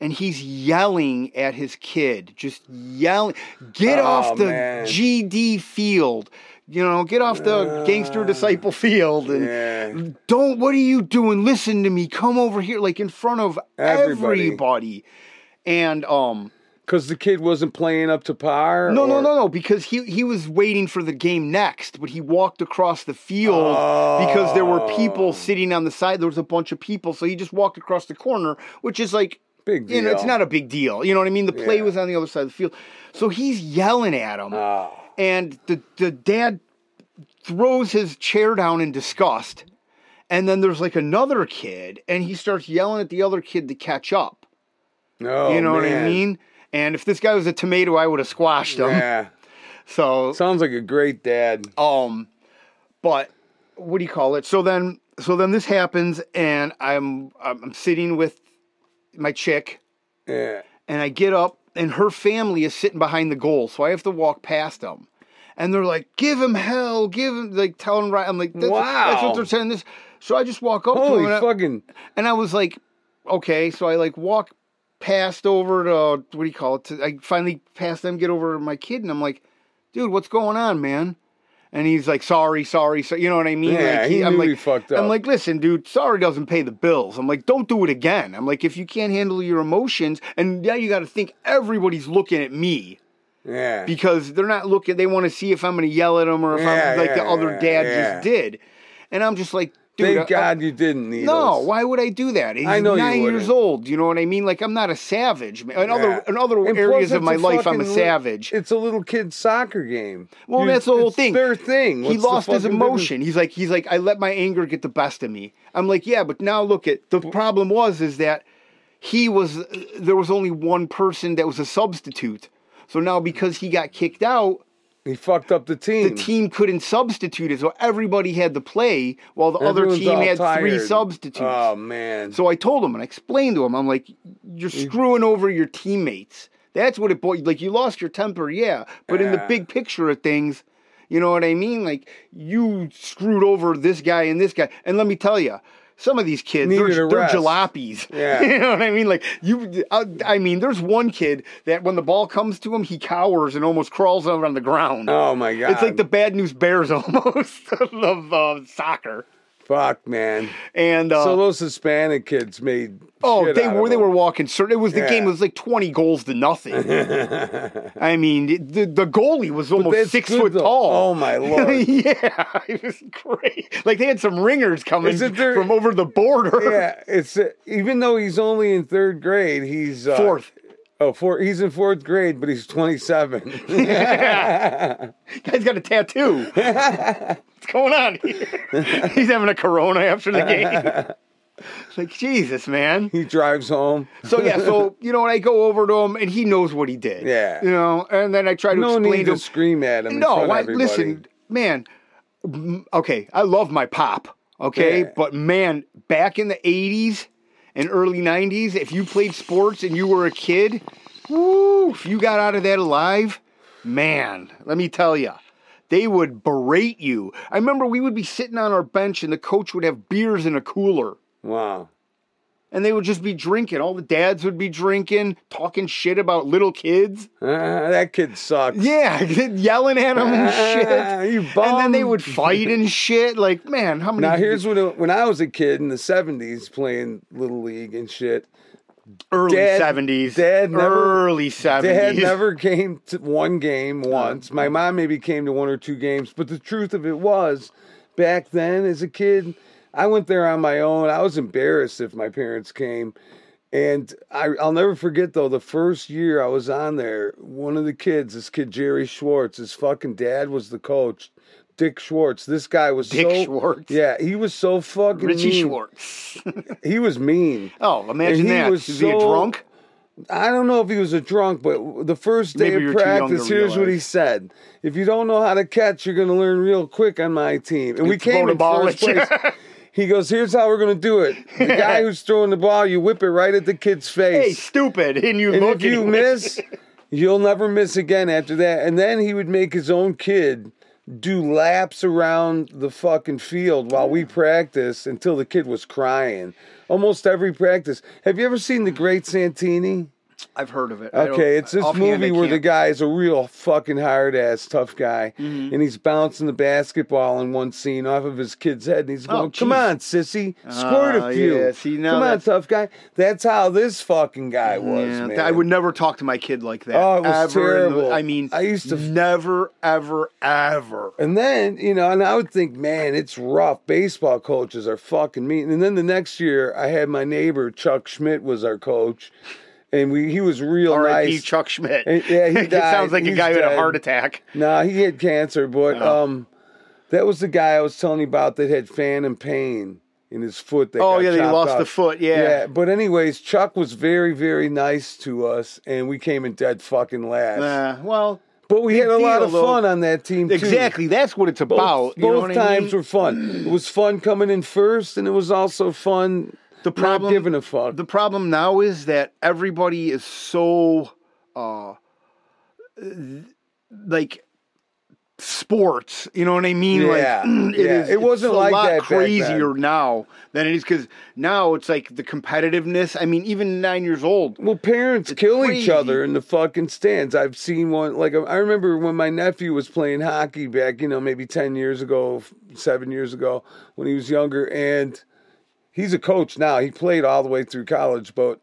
Speaker 3: and he's yelling at his kid, just yelling, "Get
Speaker 2: Oh,
Speaker 3: off the
Speaker 2: man. Uh,
Speaker 3: GD field!" You know, get off the gangster disciple field, and
Speaker 2: Yeah.
Speaker 3: don't. What are you doing? Listen to me. Come over here, like in front of
Speaker 2: Everybody.
Speaker 3: everybody. And um,
Speaker 2: Because the kid wasn't playing up to par.
Speaker 3: no, no,
Speaker 2: or-
Speaker 3: no, no, because he he was waiting for the game next, but he walked across the field because there were
Speaker 2: Oh.
Speaker 3: people sitting on the side. There was a bunch of people, so he just walked across the corner, which is like
Speaker 2: Big
Speaker 3: you know, it's
Speaker 2: deal.
Speaker 3: not a big deal. You know what I mean? The play
Speaker 2: Yeah.
Speaker 3: was on the other side of the field. So he's yelling at him.
Speaker 2: Oh.
Speaker 3: And the, the dad throws his chair down in disgust. And then there's like another kid, and he starts yelling at the other kid to catch up.
Speaker 2: No,
Speaker 3: You know what I
Speaker 2: Oh, man.
Speaker 3: mean? And if this guy was a tomato, I would have squashed him.
Speaker 2: Yeah,
Speaker 3: So
Speaker 2: sounds like a great dad.
Speaker 3: um, but what do you call it? So then, so then this happens, and I'm I'm I'm sitting with my chick,
Speaker 2: Yeah,
Speaker 3: and I get up, and her family is sitting behind the goal, so I have to walk past them, and they're like, "Give him hell, give him like tell him right." I'm like, that's, that's
Speaker 2: Wow.
Speaker 3: what they're saying." This, so I just walk up to
Speaker 2: holy
Speaker 3: him, and I,
Speaker 2: fucking!
Speaker 3: and I was like, "Okay," so I like walk past over to what do you call it? To, I finally pass them, get over to my kid, and I'm like, "Dude, what's going on, man?" And he's like, "Sorry, sorry, so you know what I mean?"
Speaker 2: Yeah,
Speaker 3: like,
Speaker 2: he
Speaker 3: I'm
Speaker 2: knew
Speaker 3: like,
Speaker 2: he fucked up.
Speaker 3: I'm like, "Listen, dude, sorry doesn't pay the bills." I'm like, "Don't do it again." I'm like, "If you can't handle your emotions, and now you got to think everybody's looking at me."
Speaker 2: Yeah,
Speaker 3: because they're not looking. They want to see if I'm going to yell at them or if
Speaker 2: Yeah,
Speaker 3: I'm like the
Speaker 2: yeah,
Speaker 3: other
Speaker 2: yeah,
Speaker 3: dad
Speaker 2: yeah.
Speaker 3: just did. And I'm just like, dude,
Speaker 2: thank
Speaker 3: I- I-
Speaker 2: God you didn't. Needles.
Speaker 3: no, why would I do that? He's
Speaker 2: I know you
Speaker 3: nine years
Speaker 2: wouldn't.
Speaker 3: old. You know what I mean? Like I'm not a savage. man. In
Speaker 2: Yeah.
Speaker 3: other in other
Speaker 2: And plus,
Speaker 3: areas of
Speaker 2: it's
Speaker 3: my
Speaker 2: a
Speaker 3: life, I'm a
Speaker 2: fucking li-
Speaker 3: savage.
Speaker 2: It's a little kid soccer game.
Speaker 3: Well,
Speaker 2: You-
Speaker 3: that's the whole
Speaker 2: it's
Speaker 3: thing.
Speaker 2: Their thing. What's
Speaker 3: he
Speaker 2: the
Speaker 3: lost his
Speaker 2: fucking difference?
Speaker 3: emotion. He's like, he's like, I let my anger get the best of me. I'm like, yeah, but now look at the problem was is that he was there was only one person that was a substitute. So now because he got kicked out,
Speaker 2: He fucked up the team.
Speaker 3: the team couldn't substitute it, so everybody had to play while the
Speaker 2: Everyone's
Speaker 3: other
Speaker 2: all
Speaker 3: team had three
Speaker 2: tired.
Speaker 3: substitutes.
Speaker 2: Oh man.
Speaker 3: So I told him and I explained to him, I'm like, you're
Speaker 2: Mm.
Speaker 3: screwing over your teammates. That's what it boiled. Like you lost your temper, yeah, but in the
Speaker 2: Yeah.
Speaker 3: big picture of things, you know what I mean? Like you screwed over this guy and this guy. And let me tell you, some of these kids, they're,
Speaker 2: Needed a
Speaker 3: they're
Speaker 2: rest.
Speaker 3: jalopies.
Speaker 2: Yeah.
Speaker 3: you know what I mean? Like you, I, I mean, there's one kid that when the ball comes to him, he cowers and almost crawls over on the ground.
Speaker 2: oh my God.
Speaker 3: It's like the bad news bears almost of uh, soccer.
Speaker 2: Fuck, man.
Speaker 3: And uh,
Speaker 2: so those Hispanic kids made.
Speaker 3: Oh,
Speaker 2: shit
Speaker 3: they
Speaker 2: out
Speaker 3: were
Speaker 2: of
Speaker 3: they
Speaker 2: them.
Speaker 3: were walking. Certain it was the
Speaker 2: Yeah.
Speaker 3: game was like twenty goals to nothing. I mean, it- the, the goalie was almost
Speaker 2: that's
Speaker 3: six
Speaker 2: good,
Speaker 3: foot
Speaker 2: though.
Speaker 3: tall.
Speaker 2: Oh, my Lord.
Speaker 3: yeah, it was great. Like they had some ringers coming
Speaker 2: Is it there-
Speaker 3: from over the border.
Speaker 2: Yeah, it's uh, even though he's only in third grade, he's uh,
Speaker 3: Fourth,
Speaker 2: Oh, four. He's in fourth grade, but he's twenty-seven.
Speaker 3: guy's got a tattoo. What's going on here? He's having a Corona after the game. It's like Jesus, man.
Speaker 2: he drives home.
Speaker 3: So yeah, so you know, and I go over to him, and he knows what he did.
Speaker 2: Yeah.
Speaker 3: you know, and then I try to
Speaker 2: No
Speaker 3: explain
Speaker 2: need
Speaker 3: to
Speaker 2: to
Speaker 3: him.
Speaker 2: scream at him. in
Speaker 3: No,
Speaker 2: front of
Speaker 3: I,
Speaker 2: everybody.
Speaker 3: listen, man. m- Okay, I love my pop. Okay,
Speaker 2: Yeah.
Speaker 3: but man, back in the '80s and early '90s, if you played sports and you were a kid, woo, if you got out of that alive, man, let me tell you. They would berate you. I remember we would be sitting on our bench and the coach would have beers in a cooler
Speaker 2: Wow.
Speaker 3: and they would just be drinking. All the dads would be drinking, talking shit about little kids.
Speaker 2: Ah, that kid sucks.
Speaker 3: Yeah, yelling at them and
Speaker 2: Ah,
Speaker 3: shit.
Speaker 2: you
Speaker 3: And then they
Speaker 2: bum.
Speaker 3: would fight and shit. Like, man, how many?
Speaker 2: Now here's when when I was a kid in the '70s playing little league and shit.
Speaker 3: early
Speaker 2: Dad-
Speaker 3: seventies,
Speaker 2: Dad never-
Speaker 3: early
Speaker 2: Dad
Speaker 3: seventies.
Speaker 2: never came to one game once. My mom maybe came to one or two games, but the truth of it was, back then as a kid, I went there on my own. I was embarrassed if my parents came. And I, I'll never forget though the first year I was on there. One of the kids, this kid Jerry Schwartz, his fucking dad was the coach, Dick Schwartz. This guy was
Speaker 3: Dick
Speaker 2: so
Speaker 3: Schwartz.
Speaker 2: yeah, he was so fucking
Speaker 3: Richie
Speaker 2: mean.
Speaker 3: Schwartz.
Speaker 2: He was mean.
Speaker 3: oh, imagine
Speaker 2: he
Speaker 3: that.
Speaker 2: was
Speaker 3: Is he a
Speaker 2: so-
Speaker 3: drunk?
Speaker 2: I don't know if he was a drunk, but the first day
Speaker 3: Maybe
Speaker 2: of
Speaker 3: you're too young to
Speaker 2: practice, here's what
Speaker 3: realize.
Speaker 2: he said: "If you don't know how to catch, you're going to learn real quick on my team." And we
Speaker 3: You throw
Speaker 2: came
Speaker 3: the
Speaker 2: in
Speaker 3: ball
Speaker 2: first
Speaker 3: at you.
Speaker 2: place. He goes, "Here's how we're going to do it: the guy who's throwing the ball, you whip it right at the kid's
Speaker 3: Hey,
Speaker 2: face,
Speaker 3: stupid! And you
Speaker 2: and
Speaker 3: look
Speaker 2: if you
Speaker 3: and-
Speaker 2: miss, you'll never miss again after that." And then he would make his own kid do laps around the fucking field while we practiced until the kid was crying. Almost every practice. Have you ever seen the Great Santini?
Speaker 3: I've heard of it. I don't-
Speaker 2: Okay, it's this
Speaker 3: offhand, I
Speaker 2: movie where the
Speaker 3: can't-
Speaker 2: guy is a real fucking hard ass tough guy,
Speaker 3: Mm-hmm.
Speaker 2: and he's bouncing the basketball in one scene off of his kid's head, and he's going, "Come
Speaker 3: Oh, jeez.
Speaker 2: on, sissy, squirt
Speaker 3: Ah,
Speaker 2: a few.
Speaker 3: yeah, see, now
Speaker 2: Come on,
Speaker 3: that's-
Speaker 2: tough guy." That's how this fucking guy was,
Speaker 3: Yeah,
Speaker 2: man.
Speaker 3: I would never talk to my kid like that.
Speaker 2: Oh, it was
Speaker 3: ever in the-
Speaker 2: terrible.
Speaker 3: I mean,
Speaker 2: I used to-
Speaker 3: never, ever, ever.
Speaker 2: And then, you know, and I would think, man, it's rough. Baseball coaches are fucking mean. And then the next year, I had my neighbor Chuck Schmidt was our coach, and we he was real
Speaker 3: R.I.P.
Speaker 2: nice.
Speaker 3: Chuck Schmidt.
Speaker 2: Hey, yeah, he
Speaker 3: It
Speaker 2: died.
Speaker 3: sounds like a
Speaker 2: He's
Speaker 3: guy who had a
Speaker 2: dead.
Speaker 3: heart attack.
Speaker 2: Nah, he had cancer, but
Speaker 3: Oh.
Speaker 2: um, that was the guy I was telling you about that had phantom pain in his foot. That
Speaker 3: Oh
Speaker 2: got
Speaker 3: yeah, they
Speaker 2: chopped
Speaker 3: lost the
Speaker 2: off.
Speaker 3: foot. Yeah.
Speaker 2: but anyways, Chuck was very, very nice to us, and we came in dead fucking last.
Speaker 3: Nah, Uh, well,
Speaker 2: but we had a lot
Speaker 3: deal,
Speaker 2: of
Speaker 3: though.
Speaker 2: fun on that team. too.
Speaker 3: exactly. That's what it's
Speaker 2: Both,
Speaker 3: about. you know
Speaker 2: both
Speaker 3: what I
Speaker 2: times
Speaker 3: mean?
Speaker 2: were fun. It was fun coming in first, and it was also fun
Speaker 3: the problem.
Speaker 2: not giving a fuck.
Speaker 3: the problem now is that everybody is so, uh, th- like. Sports, you know what I mean?
Speaker 2: Yeah,
Speaker 3: Like, it,
Speaker 2: yeah.
Speaker 3: is-
Speaker 2: It wasn't
Speaker 3: it's a
Speaker 2: like
Speaker 3: lot
Speaker 2: that back then.
Speaker 3: crazier now than it is because now it's like the competitiveness. I mean, even nine years old,
Speaker 2: Well, parents kill each
Speaker 3: crazy.
Speaker 2: other in the fucking stands. I've seen one. Like I remember when my nephew was playing hockey back, you know, maybe ten years ago, f- seven years ago, when he was younger, and he's a coach now. He played all the way through college, but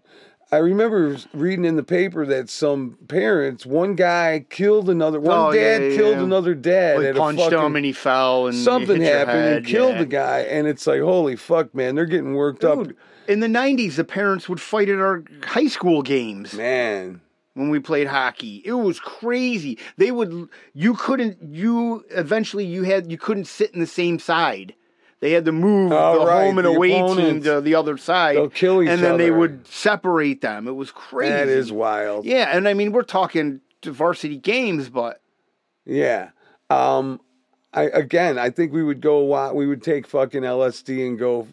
Speaker 2: I remember reading in the paper that some parents, one guy killed another, one
Speaker 3: Oh, yeah,
Speaker 2: dad
Speaker 3: yeah,
Speaker 2: killed
Speaker 3: yeah.
Speaker 2: another dad,
Speaker 3: like
Speaker 2: at
Speaker 3: punched
Speaker 2: a fucking,
Speaker 3: him and he fell and he
Speaker 2: something
Speaker 3: hit your
Speaker 2: happened
Speaker 3: head,
Speaker 2: and killed
Speaker 3: yeah.
Speaker 2: the guy, and it's like holy fuck, man, they're getting worked up,
Speaker 3: Dude, in the '90s, the parents would fight at our high school games
Speaker 2: man.
Speaker 3: when we played hockey. It was crazy. They would, you couldn't, you eventually you had you couldn't sit in the same side. They had to move
Speaker 2: Oh,
Speaker 3: the
Speaker 2: right,
Speaker 3: home and
Speaker 2: the
Speaker 3: away team
Speaker 2: opponents.
Speaker 3: to the other side.
Speaker 2: They'll kill each
Speaker 3: and then they
Speaker 2: other.
Speaker 3: would separate them. It was crazy.
Speaker 2: That is wild.
Speaker 3: yeah. And I mean, we're talking to varsity games, but
Speaker 2: Yeah. Um I again, I think we would go watch we would take fucking LSD and go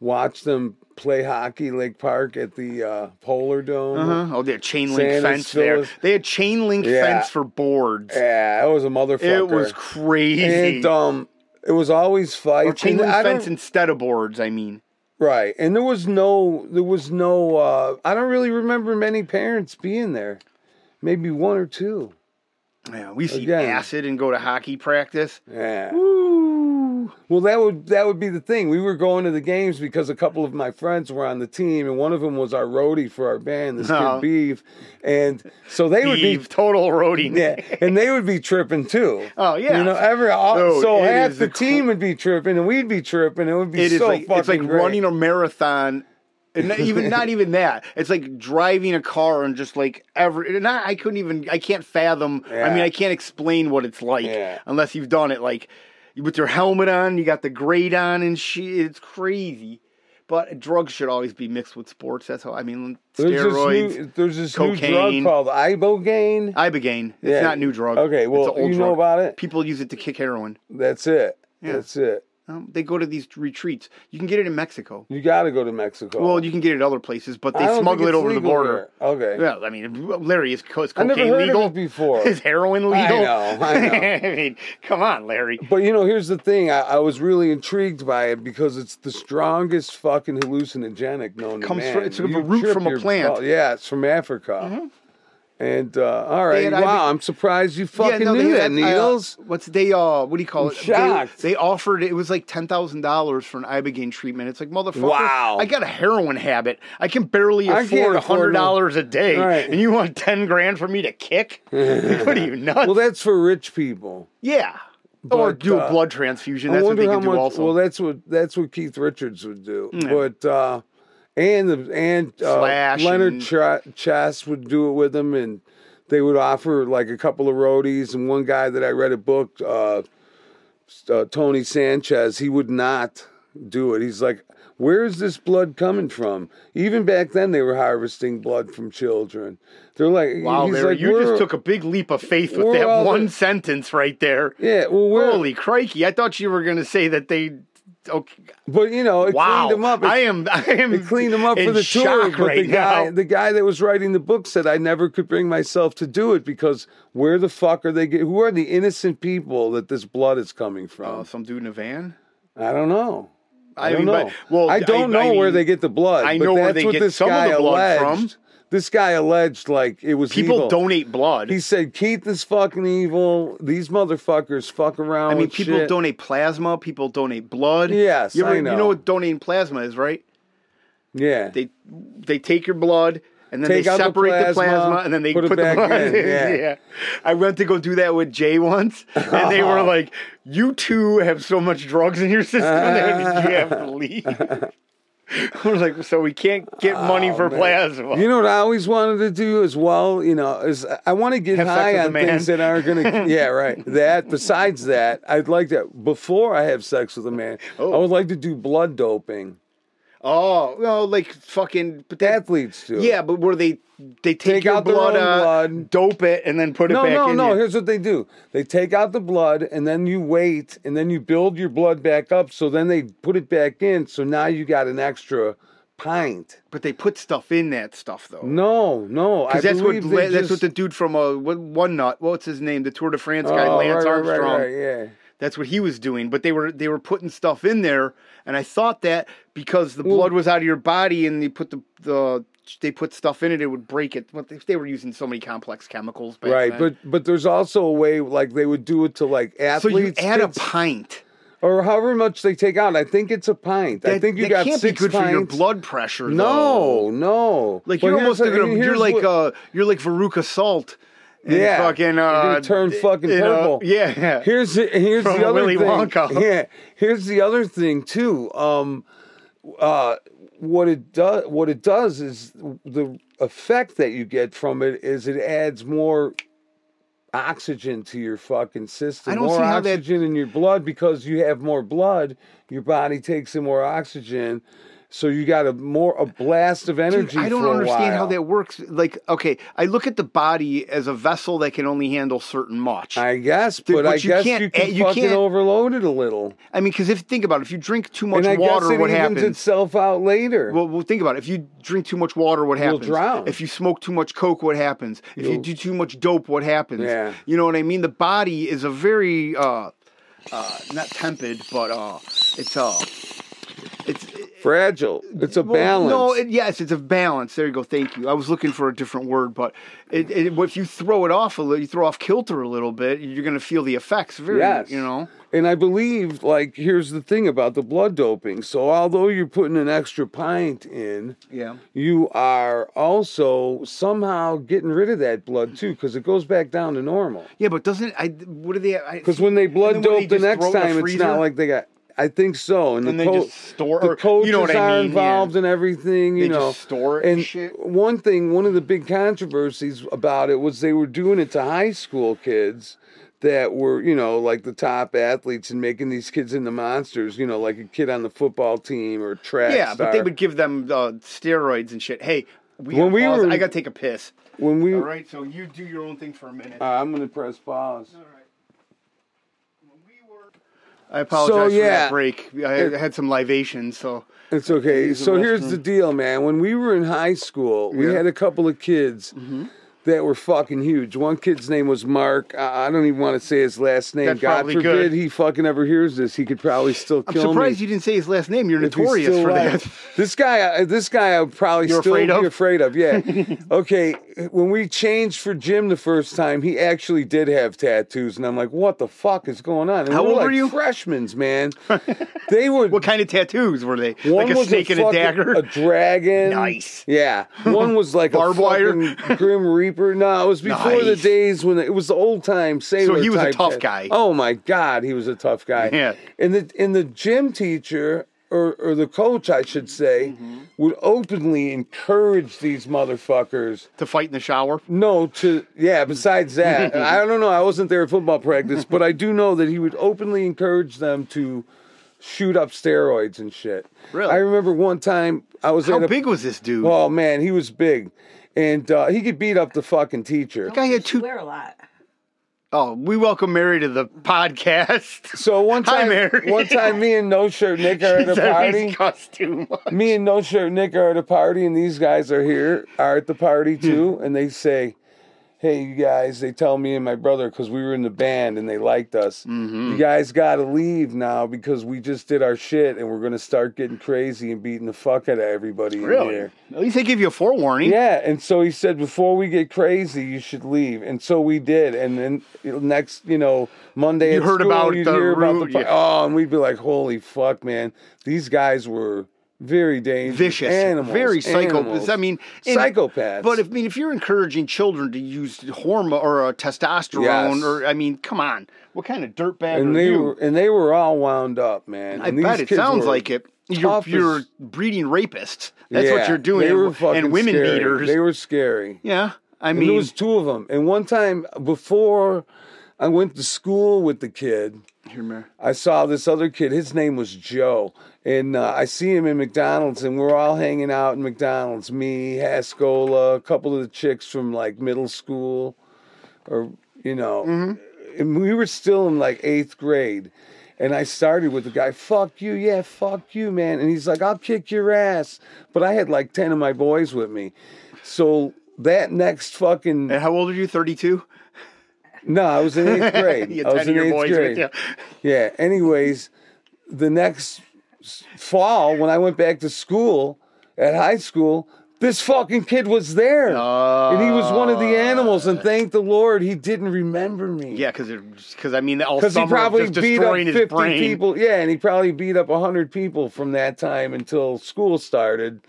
Speaker 2: watch them play hockey Lake Park at the uh Polar Dome.
Speaker 3: uh oh, they had chain link
Speaker 2: Santa's
Speaker 3: fence there.
Speaker 2: Phyllis.
Speaker 3: They had chain link
Speaker 2: Yeah.
Speaker 3: fence for boards.
Speaker 2: Yeah, that was a motherfucker.
Speaker 3: It was crazy.
Speaker 2: and um it was always fights.
Speaker 3: or chain
Speaker 2: and
Speaker 3: link
Speaker 2: I don't-
Speaker 3: fence instead of boards. I mean,
Speaker 2: right. And there was no there was no uh I don't really remember many parents being there. Maybe one or two.
Speaker 3: yeah, we see
Speaker 2: Again.
Speaker 3: acid and go to hockey practice.
Speaker 2: Yeah.
Speaker 3: Ooh,
Speaker 2: Well, that would that would be the thing. We were going to the games because a couple of my friends were on the team, and one of them was our roadie for our band, this
Speaker 3: Oh.
Speaker 2: kid Beef, and so they would be
Speaker 3: Eve, total roading.
Speaker 2: yeah, and they would be tripping too.
Speaker 3: Oh, yeah.
Speaker 2: you know every all,
Speaker 3: Dude,
Speaker 2: so
Speaker 3: it
Speaker 2: half
Speaker 3: is
Speaker 2: the
Speaker 3: a cr-
Speaker 2: team would be tripping, and we'd be tripping, and it would be
Speaker 3: It is
Speaker 2: so
Speaker 3: like
Speaker 2: fucking
Speaker 3: it's like
Speaker 2: great.
Speaker 3: running a marathon. And not even not even that. It's like driving a car and just like every. Not I couldn't even. I can't fathom. I
Speaker 2: Yeah.
Speaker 3: mean, I can't explain what it's like
Speaker 2: Yeah.
Speaker 3: unless you've done it. Like with your helmet on, you got the grade on and shit. It's crazy. But drugs should always be mixed with sports. That's how I mean
Speaker 2: There's this
Speaker 3: steroids,
Speaker 2: new, there's this new
Speaker 3: cocaine.
Speaker 2: drug called ibogaine.
Speaker 3: ibogaine. It's
Speaker 2: Yeah.
Speaker 3: not new drug.
Speaker 2: Okay,
Speaker 3: It's
Speaker 2: well,
Speaker 3: an old
Speaker 2: you know
Speaker 3: drug.
Speaker 2: about it?
Speaker 3: People use it to kick heroin.
Speaker 2: That's it.
Speaker 3: Yeah.
Speaker 2: That's it.
Speaker 3: Um, they go to these retreats. You can get it in Mexico.
Speaker 2: You got to go to Mexico.
Speaker 3: Well, you can get it other places, but
Speaker 2: I
Speaker 3: they
Speaker 2: don't
Speaker 3: smuggle
Speaker 2: think
Speaker 3: it
Speaker 2: it's
Speaker 3: over the
Speaker 2: legal
Speaker 3: border.
Speaker 2: there. Okay.
Speaker 3: Well, I mean, Larry is, co- is
Speaker 2: I
Speaker 3: cocaine
Speaker 2: never heard
Speaker 3: legal
Speaker 2: of it before.
Speaker 3: Is heroin legal?
Speaker 2: know, I know.
Speaker 3: I mean, come on, Larry.
Speaker 2: But you know, here's the thing. I, I was really intrigued by it because it's the strongest fucking hallucinogenic known to
Speaker 3: Comes
Speaker 2: man.
Speaker 3: from- it's a
Speaker 2: You
Speaker 3: root
Speaker 2: trip
Speaker 3: from a
Speaker 2: your
Speaker 3: plant. Mm-hmm.
Speaker 2: ball- Yeah, it's from Africa. And uh, all right,
Speaker 3: had
Speaker 2: wow,
Speaker 3: IV
Speaker 2: I'm surprised you fucking
Speaker 3: yeah, no,
Speaker 2: knew
Speaker 3: they,
Speaker 2: that,
Speaker 3: uh,
Speaker 2: Needles.
Speaker 3: Uh, what's they? Uh, what do you call it?
Speaker 2: shocked.
Speaker 3: They, they offered it was like ten thousand dollars for an ibogaine treatment. It's like motherfucker.
Speaker 2: Wow.
Speaker 3: I got a heroin habit. I can barely
Speaker 2: I can't
Speaker 3: afford hundred
Speaker 2: afford no-
Speaker 3: dollars a day,
Speaker 2: Right.
Speaker 3: and you want ten grand for me to kick? what are you nuts?
Speaker 2: well, that's for rich people.
Speaker 3: yeah. or
Speaker 2: but,
Speaker 3: do a
Speaker 2: uh,
Speaker 3: blood transfusion.
Speaker 2: I
Speaker 3: That's what
Speaker 2: wonder
Speaker 3: they
Speaker 2: how
Speaker 3: can do
Speaker 2: much.
Speaker 3: also.
Speaker 2: Well, that's what that's what Keith Richards would do. But uh, and the and uh,
Speaker 3: Slash
Speaker 2: Leonard
Speaker 3: and-
Speaker 2: Ch- Chess would do it with him, and they would offer like a couple of roadies and one guy that I read a book, uh, s- uh, Tony Sanchez. He would not do it. He's like. Where is this blood coming from? Even back then, they were harvesting blood from children. They're like,
Speaker 3: Wow,
Speaker 2: he's
Speaker 3: Larry,
Speaker 2: like,
Speaker 3: you
Speaker 2: "We're-
Speaker 3: just took a big leap of faith with
Speaker 2: we're all
Speaker 3: that one
Speaker 2: the-
Speaker 3: sentence right there.
Speaker 2: yeah. Well, we're,
Speaker 3: Holy crikey! I thought you were going to say that they. Okay,
Speaker 2: but you know, it
Speaker 3: wow!
Speaker 2: cleaned him up. It
Speaker 3: I am. I am.
Speaker 2: They cleaned them up
Speaker 3: Mm. in
Speaker 2: for the tour,
Speaker 3: shock
Speaker 2: but
Speaker 3: right
Speaker 2: the guy,
Speaker 3: now.
Speaker 2: the guy that was writing the book said, "I never could bring myself to do it because where the fuck are they? Get, who are the innocent people that this blood is coming
Speaker 3: Oh,
Speaker 2: from?
Speaker 3: some dude in a van.
Speaker 2: I don't know. I, don't
Speaker 3: Oh. mean,
Speaker 2: know.
Speaker 3: but- well,
Speaker 2: I don't know
Speaker 3: I
Speaker 2: where
Speaker 3: mean,
Speaker 2: they get the blood.
Speaker 3: I
Speaker 2: but
Speaker 3: know where
Speaker 2: that's
Speaker 3: they
Speaker 2: what
Speaker 3: get
Speaker 2: this
Speaker 3: some of
Speaker 2: guy
Speaker 3: the blood from.
Speaker 2: alleged. This guy alleged like it was
Speaker 3: People
Speaker 2: evil.
Speaker 3: donate blood.
Speaker 2: He said Keith is fucking evil. These motherfuckers fuck around.
Speaker 3: I mean,
Speaker 2: with
Speaker 3: people
Speaker 2: shit.
Speaker 3: donate plasma. People donate blood.
Speaker 2: Yes,
Speaker 3: you,
Speaker 2: I
Speaker 3: you know
Speaker 2: know.
Speaker 3: what donating plasma is, right?
Speaker 2: Yeah,
Speaker 3: They they take your blood and then
Speaker 2: Take
Speaker 3: they
Speaker 2: out the
Speaker 3: separate the plasma,
Speaker 2: plasma,
Speaker 3: and then they
Speaker 2: put
Speaker 3: put,
Speaker 2: it
Speaker 3: the
Speaker 2: back
Speaker 3: blood.
Speaker 2: in, yeah.
Speaker 3: I went to go do that with Jay once, and they were like, "You two have so much drugs in your system that you have to leave." I was like, "So we can't get money for plasma."
Speaker 2: Oh, You know what I always wanted to do as well, you know, is I want to get
Speaker 3: Have sex
Speaker 2: high
Speaker 3: with a
Speaker 2: on
Speaker 3: man.
Speaker 2: things that aren't going to Yeah, right. That besides that, I'd like to before I have sex with a man, I would like to do blood doping.
Speaker 3: oh, no, like fucking. But that,
Speaker 2: Athletes do.
Speaker 3: yeah, but where they they take,
Speaker 2: Take
Speaker 3: your
Speaker 2: out their
Speaker 3: blood,
Speaker 2: own
Speaker 3: out,
Speaker 2: blood.
Speaker 3: dope it, and then put it
Speaker 2: No,
Speaker 3: back
Speaker 2: no,
Speaker 3: in.
Speaker 2: no.
Speaker 3: you.
Speaker 2: Here's what they do. They take out the blood and then you wait and then you build your blood back up so then they put it back in so now you got an extra pint.
Speaker 3: But they put stuff in that stuff though.
Speaker 2: No, no. I
Speaker 3: Because that's what
Speaker 2: believe they
Speaker 3: La- that's
Speaker 2: just-
Speaker 3: what the dude from uh, what, one nut what's his name the Tour de France guy
Speaker 2: Oh, right, right,
Speaker 3: Lance
Speaker 2: right,
Speaker 3: Armstrong
Speaker 2: right, yeah.
Speaker 3: that's what he was doing but they were they were putting stuff in there and I thought that because the blood was out of your body and they put the the they put stuff in it it would break it but they, they were using so many complex chemicals back
Speaker 2: Right,
Speaker 3: then.
Speaker 2: but but there's also a way like they would do it to like
Speaker 3: so you
Speaker 2: athletes
Speaker 3: add a
Speaker 2: kids,
Speaker 3: pint
Speaker 2: or however much they take out. I think it's a pint. I
Speaker 3: that,
Speaker 2: think you
Speaker 3: that
Speaker 2: got
Speaker 3: can't
Speaker 2: six
Speaker 3: be good
Speaker 2: pints.
Speaker 3: for your blood pressure
Speaker 2: No,
Speaker 3: though.
Speaker 2: no.
Speaker 3: like
Speaker 2: But
Speaker 3: you're
Speaker 2: here's
Speaker 3: almost
Speaker 2: the-
Speaker 3: gonna you're
Speaker 2: here's
Speaker 3: like
Speaker 2: what-
Speaker 3: uh you're like Veruca Salt and
Speaker 2: Yeah,
Speaker 3: fucking
Speaker 2: you're gonna
Speaker 3: uh
Speaker 2: turn fucking
Speaker 3: you know,
Speaker 2: purple.
Speaker 3: yeah yeah
Speaker 2: here's the, here's
Speaker 3: From
Speaker 2: the other
Speaker 3: Willy
Speaker 2: thing.
Speaker 3: Wonka.
Speaker 2: Yeah, here's the other thing too. Um, uh, what it does what it does is the effect that you get from it is it adds more oxygen to your fucking system.
Speaker 3: I don't
Speaker 2: more
Speaker 3: see how that-
Speaker 2: oxygen in your blood because you have more blood. Your body takes in more oxygen, so you got a more a blast of
Speaker 3: Dude,
Speaker 2: energy.
Speaker 3: I don't
Speaker 2: for a
Speaker 3: understand how
Speaker 2: while.
Speaker 3: that works. Like, okay, I look at the body as a vessel that can only handle certain much. I,
Speaker 2: I guess,
Speaker 3: Dude,
Speaker 2: but,
Speaker 3: but
Speaker 2: I
Speaker 3: you
Speaker 2: guess
Speaker 3: can't-
Speaker 2: you can
Speaker 3: eh, you
Speaker 2: fucking
Speaker 3: can't-
Speaker 2: overload it a little.
Speaker 3: mean, because if think about it, if you drink too much
Speaker 2: And I guess
Speaker 3: water,
Speaker 2: it
Speaker 3: what
Speaker 2: evens
Speaker 3: happens?
Speaker 2: itself out later.
Speaker 3: Well, well, think about it. If you drink too much water, what happens?
Speaker 2: drown.
Speaker 3: If you smoke too much coke, what happens? If you do too much dope, what happens?
Speaker 2: Yeah.
Speaker 3: You know what I mean? The body is a very uh, uh, not tempered, but uh, it's uh, it's
Speaker 2: fragile. It's a
Speaker 3: Well,
Speaker 2: balance.
Speaker 3: No, it, yes, it's a balance. There you go. Thank you. I was looking for a different word, but it, it, if you throw it off a little, you throw off kilter a little bit, you're going to feel the effects. Very,
Speaker 2: Yes.
Speaker 3: you know.
Speaker 2: And I believe, like, here's the thing about the blood doping. So, although you're putting an extra pint in,
Speaker 3: Yeah.
Speaker 2: you are also somehow getting rid of that blood too, because it goes back down to normal.
Speaker 3: Yeah, but doesn't I? What do they? I,
Speaker 2: Because when they blood
Speaker 3: And then what,
Speaker 2: dope
Speaker 3: they
Speaker 2: the
Speaker 3: just
Speaker 2: next
Speaker 3: throw it in the
Speaker 2: time, it's
Speaker 3: freezer?
Speaker 2: not like they got. I think so. And,
Speaker 3: And
Speaker 2: the
Speaker 3: they
Speaker 2: co-
Speaker 3: just store-
Speaker 2: the
Speaker 3: or- you know what
Speaker 2: coaches
Speaker 3: I
Speaker 2: are
Speaker 3: mean,
Speaker 2: involved in everything. You
Speaker 3: They
Speaker 2: know,
Speaker 3: just store it and
Speaker 2: and
Speaker 3: shit.
Speaker 2: one thing, one of the big controversies about it was they were doing it to high school kids that were, you know, like the top athletes and making these kids into monsters. You know, like a kid on the football team or a track.
Speaker 3: yeah, but they
Speaker 2: star.
Speaker 3: would give them uh, steroids and shit. Hey, we
Speaker 2: When
Speaker 3: when
Speaker 2: we
Speaker 3: we
Speaker 2: were-
Speaker 3: I got to take a piss.
Speaker 2: when we.
Speaker 3: All right, so you do your own thing for a minute.
Speaker 2: Uh, I'm gonna press pause.
Speaker 3: All right. When we were- I apologize for
Speaker 2: yeah.
Speaker 3: that break. I
Speaker 2: It-
Speaker 3: had some libations, so
Speaker 2: It's okay.
Speaker 3: use the
Speaker 2: So here's
Speaker 3: restroom.
Speaker 2: the deal, man. When we were in high school, we
Speaker 3: Yeah. Mm-hmm.
Speaker 2: had a couple of kids that were fucking huge. One kid's name was Mark. I I don't even want to say his last name.
Speaker 3: That's
Speaker 2: God
Speaker 3: probably
Speaker 2: forbid
Speaker 3: good.
Speaker 2: he fucking ever hears this. He could probably still
Speaker 3: I'm
Speaker 2: kill
Speaker 3: surprised
Speaker 2: me.
Speaker 3: you didn't say his last name. You're
Speaker 2: if he's
Speaker 3: notorious
Speaker 2: still
Speaker 3: for
Speaker 2: alive.
Speaker 3: that.
Speaker 2: This guy, I- this guy, I would probably
Speaker 3: You're
Speaker 2: still
Speaker 3: afraid
Speaker 2: be
Speaker 3: of?
Speaker 2: afraid of. Yeah. okay. When we changed for Jim the first time, he actually did have tattoos, and I'm like, what the fuck is going on? And
Speaker 3: How
Speaker 2: we
Speaker 3: old
Speaker 2: like
Speaker 3: were you?
Speaker 2: Freshmen, man. they were
Speaker 3: What kind of tattoos were they?
Speaker 2: one
Speaker 3: like a
Speaker 2: was
Speaker 3: snake and a
Speaker 2: fucking-
Speaker 3: dagger?
Speaker 2: a dragon.
Speaker 3: Nice.
Speaker 2: Yeah. One was like
Speaker 3: Barbed
Speaker 2: a
Speaker 3: wire?
Speaker 2: fucking Grim Reaper. No, it was before the
Speaker 3: Nice.
Speaker 2: days when it was the old time sailor.
Speaker 3: he was a
Speaker 2: type
Speaker 3: tough
Speaker 2: shit.
Speaker 3: guy.
Speaker 2: Oh my god, he was a tough guy.
Speaker 3: Yeah.
Speaker 2: And the and the gym teacher or or the coach, I should say,
Speaker 3: Mm-hmm.
Speaker 2: would openly encourage these motherfuckers.
Speaker 3: to fight in the shower?
Speaker 2: No, to yeah. Besides that, I don't know. I wasn't there at football practice, but I do know that he would openly encourage them to shoot up steroids and shit.
Speaker 3: Really?
Speaker 2: I remember one time I was
Speaker 3: How
Speaker 2: at a
Speaker 3: big was this dude?
Speaker 2: Oh man, he was big, and uh, he could beat up the fucking teacher.
Speaker 3: Guy had two-
Speaker 4: Wear a lot.
Speaker 3: oh, we welcome Mary to the podcast.
Speaker 2: So one
Speaker 3: Hi,
Speaker 2: time,
Speaker 3: Mary.
Speaker 2: one time, me and No Shirt Nick are at a
Speaker 3: It's always
Speaker 2: party.
Speaker 3: cost too much.
Speaker 2: Me and No Shirt Nick are at a party, and these guys are here are at the party too, and they say. Hey, you guys, they tell me and my brother because we were in the band and they liked us. You guys got to leave now because we just did our shit and we're going to start getting crazy and beating the fuck out of everybody in
Speaker 3: Really?
Speaker 2: here.
Speaker 3: At least they give you a forewarning.
Speaker 2: Yeah, and so he said, before we get crazy, you should leave, and so we did. And then next, you know, Monday
Speaker 3: You
Speaker 2: at
Speaker 3: heard
Speaker 2: school,
Speaker 3: about
Speaker 2: you'd
Speaker 3: the
Speaker 2: hear about
Speaker 3: root,
Speaker 2: the
Speaker 3: yeah.
Speaker 2: oh, and we'd be like, holy fuck, man, these guys were very dangerous,
Speaker 3: Vicious,
Speaker 2: animals,
Speaker 3: very psycho.
Speaker 2: animals.
Speaker 3: I mean, and-
Speaker 2: psychopaths.
Speaker 3: But if, I mean, if you're encouraging children to use hormone or uh, testosterone,
Speaker 2: Yes.
Speaker 3: or I mean, come on, what kind of dirtbag
Speaker 2: and
Speaker 3: are
Speaker 2: they
Speaker 3: you?
Speaker 2: were and they were all wound up, man.
Speaker 3: I
Speaker 2: And these
Speaker 3: bet it
Speaker 2: kids
Speaker 3: sounds
Speaker 2: were
Speaker 3: like it. You're,
Speaker 2: tough as-
Speaker 3: you're breeding rapists. That's
Speaker 2: Yeah,
Speaker 3: what you're doing.
Speaker 2: They were
Speaker 3: and-
Speaker 2: fucking
Speaker 3: and women
Speaker 2: scary.
Speaker 3: beaters.
Speaker 2: They were scary.
Speaker 3: yeah, I
Speaker 2: And
Speaker 3: mean,
Speaker 2: there was two of them. And one time before I went to school with the kid.
Speaker 3: Here, Mary.
Speaker 2: I saw this other kid. His name was Joe, and uh, I see him in McDonald's, and we're all hanging out in McDonald's. Me, Haskola, a couple of the chicks from like middle school, or you know,
Speaker 3: Mm-hmm.
Speaker 2: and we were still in like eighth grade. And I started with the guy, fuck you, yeah, fuck you, man. And he's like, I'll kick your ass. But I had like 10 of my boys with me. So that next fucking,
Speaker 3: And how old are you? Thirty-two.
Speaker 2: no, I was in eighth grade.
Speaker 3: You
Speaker 2: I was
Speaker 3: had ten of
Speaker 2: in
Speaker 3: your
Speaker 2: eighth
Speaker 3: boys
Speaker 2: grade.
Speaker 3: with you.
Speaker 2: Yeah. Anyways, the next s- fall when I went back to school at high school, this fucking kid was there,
Speaker 3: Uh,
Speaker 2: and he was one of the animals. And thank the Lord, he didn't remember me.
Speaker 3: Yeah, because because I mean, all
Speaker 2: Because he
Speaker 3: summer of
Speaker 2: probably
Speaker 3: just
Speaker 2: beat up
Speaker 3: destroying his
Speaker 2: 50
Speaker 3: brain.
Speaker 2: people. Yeah, and he probably beat up 100 people from that time until school started.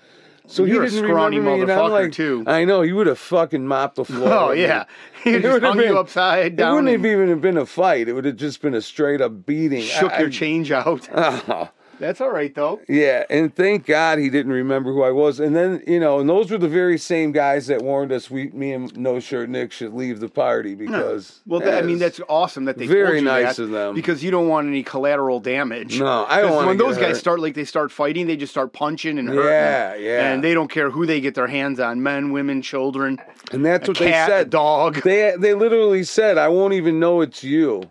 Speaker 2: So
Speaker 3: You're a
Speaker 2: he didn't
Speaker 3: scrawny
Speaker 2: remember me, and I'm
Speaker 3: motherfucker,
Speaker 2: like,
Speaker 3: too.
Speaker 2: I know, he would have fucking mopped the floor.
Speaker 3: Oh
Speaker 2: with me.
Speaker 3: yeah, he
Speaker 2: It
Speaker 3: just
Speaker 2: would've
Speaker 3: hung
Speaker 2: been-
Speaker 3: you upside
Speaker 2: It
Speaker 3: down
Speaker 2: wouldn't have
Speaker 3: and
Speaker 2: even have been a fight. It would have just been a straight up beating.
Speaker 3: shook
Speaker 2: I- I-
Speaker 3: your
Speaker 2: Uh, Oh.
Speaker 3: change out. That's all right though.
Speaker 2: Yeah, and thank God he didn't remember who I was. And then you know, and those were the very same guys that warned us we, me and No Shirt Nick, should leave the party because.
Speaker 3: Well, th- I mean,
Speaker 2: Yes.
Speaker 3: that's awesome that they
Speaker 2: Very
Speaker 3: told you
Speaker 2: nice
Speaker 3: that
Speaker 2: of them.
Speaker 3: because you don't want any collateral damage.
Speaker 2: No, I don't
Speaker 3: 'Cause
Speaker 2: wanna
Speaker 3: When
Speaker 2: get
Speaker 3: those guys
Speaker 2: hurt.
Speaker 3: start, like they start fighting, they just start punching and hurting.
Speaker 2: Yeah, yeah.
Speaker 3: And they don't care who they get their hands on men, women, children,
Speaker 2: and that's
Speaker 3: a
Speaker 2: what
Speaker 3: cat,
Speaker 2: they
Speaker 3: a
Speaker 2: said.
Speaker 3: dog.
Speaker 2: They they literally said, "I won't even know it's you."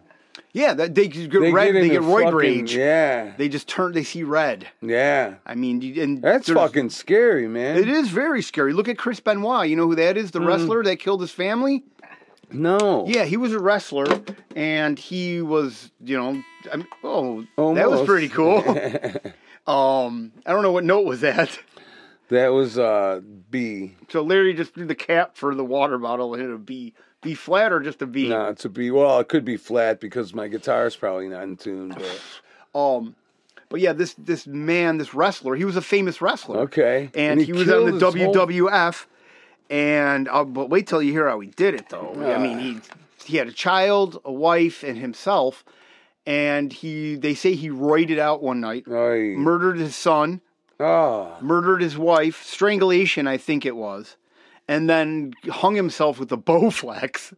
Speaker 3: yeah, that, they get red.
Speaker 2: into
Speaker 3: They get roid
Speaker 2: fucking-
Speaker 3: rage.
Speaker 2: Yeah,
Speaker 3: They just turn. They see red.
Speaker 2: yeah.
Speaker 3: I mean, you- and
Speaker 2: That's
Speaker 3: there's-
Speaker 2: fucking scary, man.
Speaker 3: It is very scary. Look at Chris Benoit. You know who that is?
Speaker 2: Hmm.
Speaker 3: The wrestler that killed his family.
Speaker 2: No.
Speaker 3: Yeah, he was a wrestler, and he was, you know, I mean, oh, that was
Speaker 2: Almost.
Speaker 3: pretty cool. Um, I don't know what note was that.
Speaker 2: That was uh, B.
Speaker 3: So Larry just threw the cap for the water bottle and hit a B. B flat or just a B?
Speaker 2: No, it's a B. Well, it could be flat because my guitar's probably not in tune. But...
Speaker 3: Um, but yeah, this this man, this wrestler, he was a famous wrestler.
Speaker 2: Okay.
Speaker 3: and he, was on
Speaker 2: killed
Speaker 3: the
Speaker 2: his whole-
Speaker 3: WWF. And uh, but wait till you hear how he did it, though. I mean, he he had a child, a wife, and himself, and he they say he roided out one night,
Speaker 2: Aye.
Speaker 3: murdered his son,
Speaker 2: Ah,
Speaker 3: murdered his wife, strangulation, I think it was, and then hung himself with a Bowflex.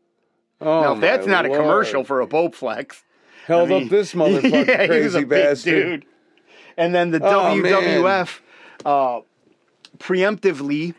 Speaker 2: oh,
Speaker 3: Now, if that's
Speaker 2: my
Speaker 3: not a
Speaker 2: Lord.
Speaker 3: commercial for a Bowflex.
Speaker 2: Held
Speaker 3: I mean,
Speaker 2: up this motherfucking
Speaker 3: yeah,
Speaker 2: crazy
Speaker 3: he was a big
Speaker 2: bastard.
Speaker 3: dude. And then the
Speaker 2: Oh, man.
Speaker 3: WWF uh, preemptively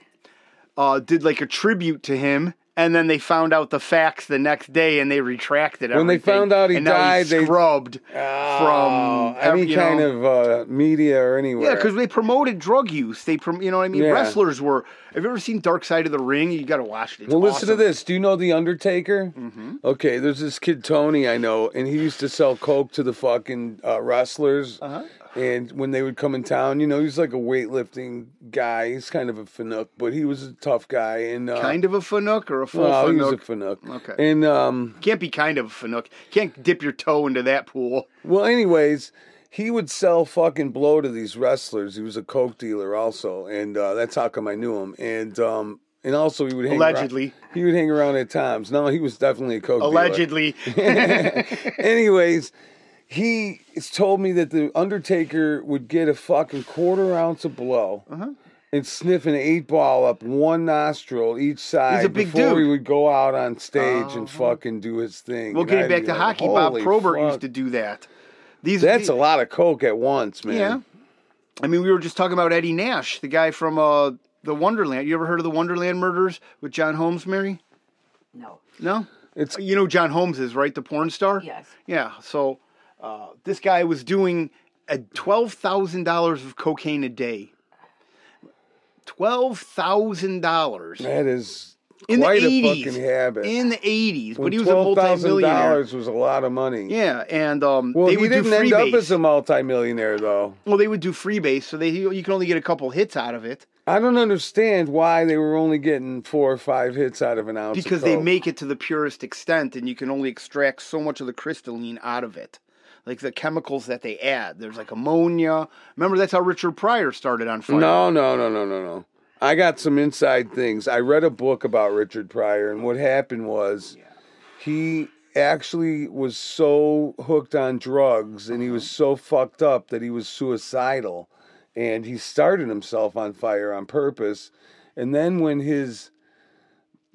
Speaker 3: uh, did like a tribute to him. And then they found out the facts the next day, and they retracted
Speaker 2: When they
Speaker 3: everything.
Speaker 2: found out he
Speaker 3: and now
Speaker 2: died,
Speaker 3: he's
Speaker 2: they-
Speaker 3: scrubbed
Speaker 2: Oh,
Speaker 3: from ev-
Speaker 2: any
Speaker 3: you
Speaker 2: kind
Speaker 3: know.
Speaker 2: of uh, media or anywhere.
Speaker 3: Yeah, because they promoted drug use. They, prom- you know what I mean.
Speaker 2: Yeah.
Speaker 3: Wrestlers were. Have you ever seen Dark Side of the Ring? You got to watch it. It's
Speaker 2: Well, listen to
Speaker 3: awesome.
Speaker 2: this. Do you know The Undertaker? Mm-hmm. Okay, there's this kid Tony I know, and he used to sell coke to the fucking uh, wrestlers. Uh-huh. And when they would come in town, you know, he's like a weightlifting guy. He's kind of a finook, but he was a tough guy. And uh,
Speaker 3: Kind of a fanook or a full
Speaker 2: well, he was a
Speaker 3: fanook.
Speaker 2: finook.
Speaker 3: Okay.
Speaker 2: And um,
Speaker 3: Can't be kind of a fanook. Can't dip your toe into that pool.
Speaker 2: Well, anyways, he would sell fucking blow to these wrestlers. He was a coke dealer also, and uh, that's how come I knew him. And um, and also he would hang
Speaker 3: Allegedly.
Speaker 2: around, he would hang around at times. No, he was definitely a coke
Speaker 3: Allegedly,
Speaker 2: dealer. anyways, he has told me that the Undertaker would get a fucking quarter ounce of blow.
Speaker 3: Uh-huh.
Speaker 2: And sniff an eight ball up one nostril each side
Speaker 3: big
Speaker 2: before
Speaker 3: dude. Oh.
Speaker 2: he would go out on stage and fucking do his thing.
Speaker 3: well,
Speaker 2: And
Speaker 3: getting
Speaker 2: I'd
Speaker 3: back
Speaker 2: be
Speaker 3: to
Speaker 2: like,
Speaker 3: hockey, Bob
Speaker 2: "Holy
Speaker 3: Probert
Speaker 2: fuck."
Speaker 3: used to do that. These
Speaker 2: That's
Speaker 3: the-
Speaker 2: a lot of coke at once, man.
Speaker 3: yeah. I mean, we were just talking about Eddie Nash, the guy from uh, the Wonderland. You ever heard of the Wonderland Murders with John Holmes, Mary?
Speaker 4: No.
Speaker 3: No.
Speaker 2: It's
Speaker 3: You know who John Holmes is right, the porn star.
Speaker 4: Yes.
Speaker 3: Yeah. So uh, this guy was doing a twelve thousand dollars of cocaine a day. Twelve thousand dollars
Speaker 2: that is
Speaker 3: in the
Speaker 2: quite a
Speaker 3: eighties.
Speaker 2: fucking habit.
Speaker 3: In the eighties,
Speaker 2: When
Speaker 3: but he was a
Speaker 2: twelve thousand
Speaker 3: multimillionaire.
Speaker 2: dollars was a lot of money.
Speaker 3: Yeah, and um,
Speaker 2: Well,
Speaker 3: they
Speaker 2: he
Speaker 3: would do
Speaker 2: didn't end
Speaker 3: freebase.
Speaker 2: up as a multimillionaire though.
Speaker 3: well, they would do freebase, so they you can only get a couple hits out of it
Speaker 2: I don't understand why they were only getting four or five hits out of an ounce. of
Speaker 3: because they
Speaker 2: coke.
Speaker 3: make it to the purest extent, and you can only extract so much of the crystalline out of it. Like the chemicals that they add, there's like ammonia. Remember, that's how Richard Pryor started on fire.
Speaker 2: No, no, no, no, no, no. I got some inside things. I read a book about Richard Pryor, and what happened was he actually was so hooked on drugs and he was so fucked up that he was suicidal. And he started himself on fire on purpose. And then when his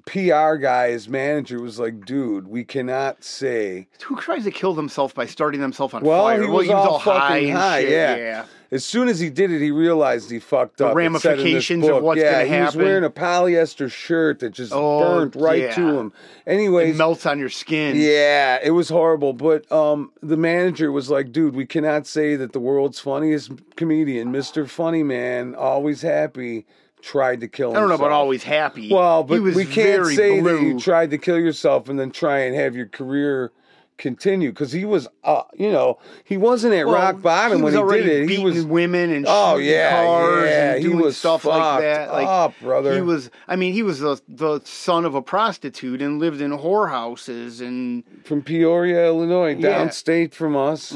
Speaker 2: PR guy, his manager, was like, dude, we cannot say
Speaker 3: Who tries to kill themself by starting themself on
Speaker 2: well,
Speaker 3: fire?
Speaker 2: he was, all,
Speaker 3: high
Speaker 2: fucking
Speaker 3: and
Speaker 2: high,
Speaker 3: shit,
Speaker 2: yeah.
Speaker 3: yeah.
Speaker 2: As soon as he did it, he realized he fucked up. It said in this
Speaker 3: ramifications of
Speaker 2: book,
Speaker 3: what's
Speaker 2: yeah,
Speaker 3: gonna
Speaker 2: He was
Speaker 3: happen.
Speaker 2: wearing a polyester shirt that just
Speaker 3: Oh,
Speaker 2: burnt right
Speaker 3: yeah.
Speaker 2: to him.
Speaker 3: It
Speaker 2: Anyways,
Speaker 3: melts on your skin.
Speaker 2: yeah, it was horrible. But um, the manager was like, "Dude, we cannot say that the world's funniest comedian, Mister Funny Man, always happy, tried to kill
Speaker 3: I don't know about
Speaker 2: himself."
Speaker 3: always happy.
Speaker 2: Well, but
Speaker 3: he was
Speaker 2: we can't
Speaker 3: very
Speaker 2: say
Speaker 3: blue.
Speaker 2: that you tried to kill yourself and then try and have your career continue because he was, uh, you know, he wasn't at
Speaker 3: Well,
Speaker 2: rock bottom
Speaker 3: he
Speaker 2: when
Speaker 3: was
Speaker 2: he
Speaker 3: already
Speaker 2: did it. He
Speaker 3: beating
Speaker 2: was
Speaker 3: women and
Speaker 2: Oh,
Speaker 3: shooting
Speaker 2: yeah,
Speaker 3: cars
Speaker 2: yeah,
Speaker 3: and
Speaker 2: he
Speaker 3: doing
Speaker 2: was
Speaker 3: stuff like
Speaker 2: fucked
Speaker 3: that. Like
Speaker 2: up, brother.
Speaker 3: he was. I mean, he was the the son of a prostitute and lived in whorehouses. And
Speaker 2: from Peoria, Illinois,
Speaker 3: Yeah. Mm-hmm.
Speaker 2: downstate from us.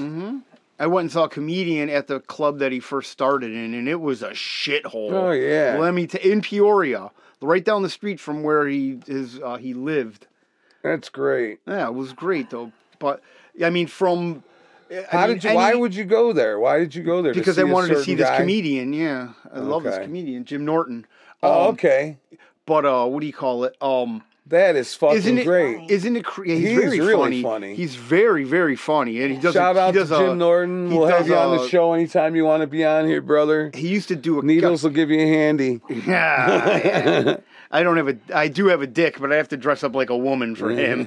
Speaker 3: I went and saw a comedian at the club that he first started in, and it was a shithole.
Speaker 2: Oh, yeah.
Speaker 3: Let me t- in Peoria, right down the street from where he his uh, he lived.
Speaker 2: That's great.
Speaker 3: Yeah, it was great though. But I mean, from
Speaker 2: How
Speaker 3: mean,
Speaker 2: did you? why
Speaker 3: any-
Speaker 2: would you go there? Why did you go there?
Speaker 3: because
Speaker 2: to
Speaker 3: I
Speaker 2: see a
Speaker 3: wanted to
Speaker 2: certain
Speaker 3: see this
Speaker 2: guy?
Speaker 3: comedian. Yeah, I love this
Speaker 2: Okay.
Speaker 3: comedian, Jim Norton.
Speaker 2: Oh,
Speaker 3: Um,
Speaker 2: okay.
Speaker 3: But uh, what do you call it? Um,
Speaker 2: That is fucking
Speaker 3: isn't it
Speaker 2: great.
Speaker 3: Isn't it? Cre- yeah, he's,
Speaker 2: He is
Speaker 3: very
Speaker 2: really
Speaker 3: funny.
Speaker 2: funny.
Speaker 3: He's very very funny, and he does.
Speaker 2: Shout
Speaker 3: a,
Speaker 2: out
Speaker 3: he
Speaker 2: to
Speaker 3: does
Speaker 2: Jim
Speaker 3: a,
Speaker 2: Norton.
Speaker 3: he
Speaker 2: We'll have
Speaker 3: does
Speaker 2: you on the
Speaker 3: a-
Speaker 2: show anytime you want to be on here, brother.
Speaker 3: He used to do a
Speaker 2: Needles will give you a handy.
Speaker 3: Yeah, yeah. I don't have a. I do have a dick, but I have to dress up like a woman for him.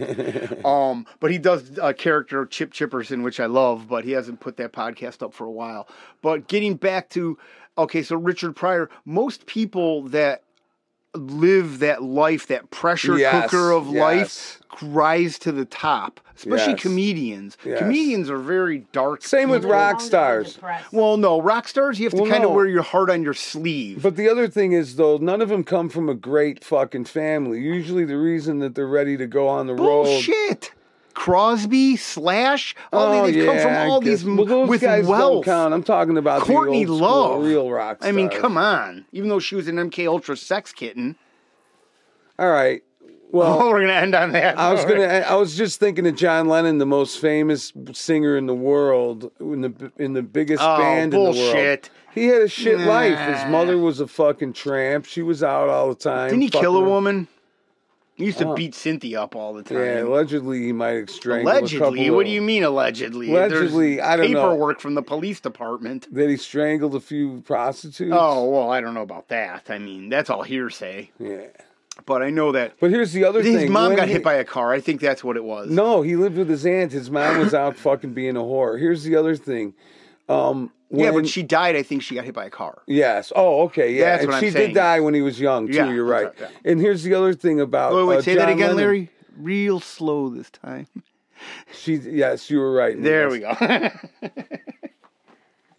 Speaker 3: um, but he does a character Chip Chipperson, which I love, but he hasn't put that podcast up for a while. But getting back to okay, so Richard Pryor. Most people that live that life, that pressure
Speaker 2: Yes,
Speaker 3: cooker of
Speaker 2: yes.
Speaker 3: life, rise to the top. Especially
Speaker 2: Yes.
Speaker 3: comedians.
Speaker 2: Yes.
Speaker 3: Comedians are very dark.
Speaker 2: Same with
Speaker 3: people.
Speaker 2: rock stars.
Speaker 3: Well, no, rock stars you have to
Speaker 2: Well,
Speaker 3: kind of
Speaker 2: no.
Speaker 3: wear your heart on your sleeve.
Speaker 2: But the other thing is, though, none of them come from a great fucking family. Usually, the reason that they're ready to go on the road
Speaker 3: Bullshit. Crosby, Slash, all these they've come
Speaker 2: Oh, I
Speaker 3: from all
Speaker 2: guess.
Speaker 3: these
Speaker 2: well, those
Speaker 3: with
Speaker 2: guys Don't
Speaker 3: wealth.
Speaker 2: count. I'm talking about
Speaker 3: Courtney
Speaker 2: the old school
Speaker 3: Love,
Speaker 2: real rock stars.
Speaker 3: I mean, come on. Even though she was an MK Ultra sex kitten,
Speaker 2: All right. Well,
Speaker 3: oh, we're gonna end on that.
Speaker 2: I was
Speaker 3: All right.
Speaker 2: gonna. I was just thinking of John Lennon, the most famous singer in the world, in the in the biggest
Speaker 3: Oh,
Speaker 2: band in the world.
Speaker 3: bullshit.
Speaker 2: He had a shit
Speaker 3: Nah.
Speaker 2: life. His mother was a fucking tramp. She was out all the time.
Speaker 3: Didn't he kill a
Speaker 2: fucking-
Speaker 3: woman? He used to beat Cynthia up all the time.
Speaker 2: Yeah, allegedly he might have strangled. a
Speaker 3: allegedly.
Speaker 2: couple
Speaker 3: What
Speaker 2: of-
Speaker 3: do you mean allegedly?
Speaker 2: Allegedly,
Speaker 3: There's
Speaker 2: I don't know.
Speaker 3: paperwork from the police department.
Speaker 2: That he strangled a few prostitutes.
Speaker 3: Oh well, I don't know about that. I mean, that's all hearsay.
Speaker 2: yeah.
Speaker 3: But I know that
Speaker 2: But here's the other
Speaker 3: his
Speaker 2: thing.
Speaker 3: mom
Speaker 2: When
Speaker 3: got
Speaker 2: he-
Speaker 3: hit by a car. I think that's what it was.
Speaker 2: No, he lived with his aunt. His mom was out fucking being a whore. Here's the other thing. Um, when,
Speaker 3: yeah, but she died. I think she got hit by a car.
Speaker 2: Yes. Oh, okay. Yeah.
Speaker 3: That's
Speaker 2: and
Speaker 3: what I'm
Speaker 2: she
Speaker 3: saying.
Speaker 2: did die when he was young too.
Speaker 3: Yeah,
Speaker 2: you're right.
Speaker 3: that's right,
Speaker 2: And here's the other thing about.
Speaker 3: Wait, wait,
Speaker 2: uh,
Speaker 3: say that
Speaker 2: John
Speaker 3: again,
Speaker 2: Lennon.
Speaker 3: Larry. Real slow this time.
Speaker 2: She. Yes, you were right.
Speaker 3: There
Speaker 2: Yes.
Speaker 3: we go.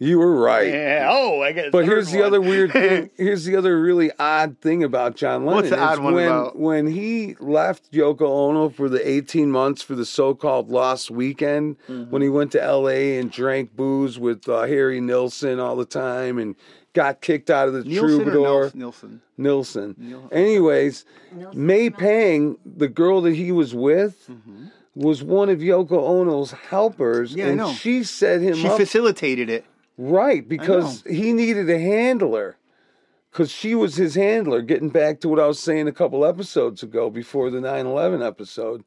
Speaker 2: You were right.
Speaker 3: yeah. Oh, I guess.
Speaker 2: But here's the other weird thing. Here's the other really odd thing about John Lennon.
Speaker 3: What's the
Speaker 2: is
Speaker 3: odd one
Speaker 2: when,
Speaker 3: about-
Speaker 2: When he left Yoko Ono for the 18 months for the so-called lost weekend,
Speaker 3: Mm-hmm.
Speaker 2: when he went to L.A. and drank booze with uh, Harry Nilsson all the time and got kicked out of the
Speaker 3: Nielsen or
Speaker 2: Troubadour.
Speaker 3: Nels- Nielsen.
Speaker 2: Nilsson. Anyways, May Pang, the girl that he was with, was one of Yoko Ono's helpers,
Speaker 3: Mm-hmm. Yeah, I
Speaker 2: and
Speaker 3: know.
Speaker 2: she set him
Speaker 3: She
Speaker 2: up
Speaker 3: facilitated it.
Speaker 2: Right, because he needed a handler. Because she was his handler, getting back to what I was saying a couple episodes ago before the 9 11 episode.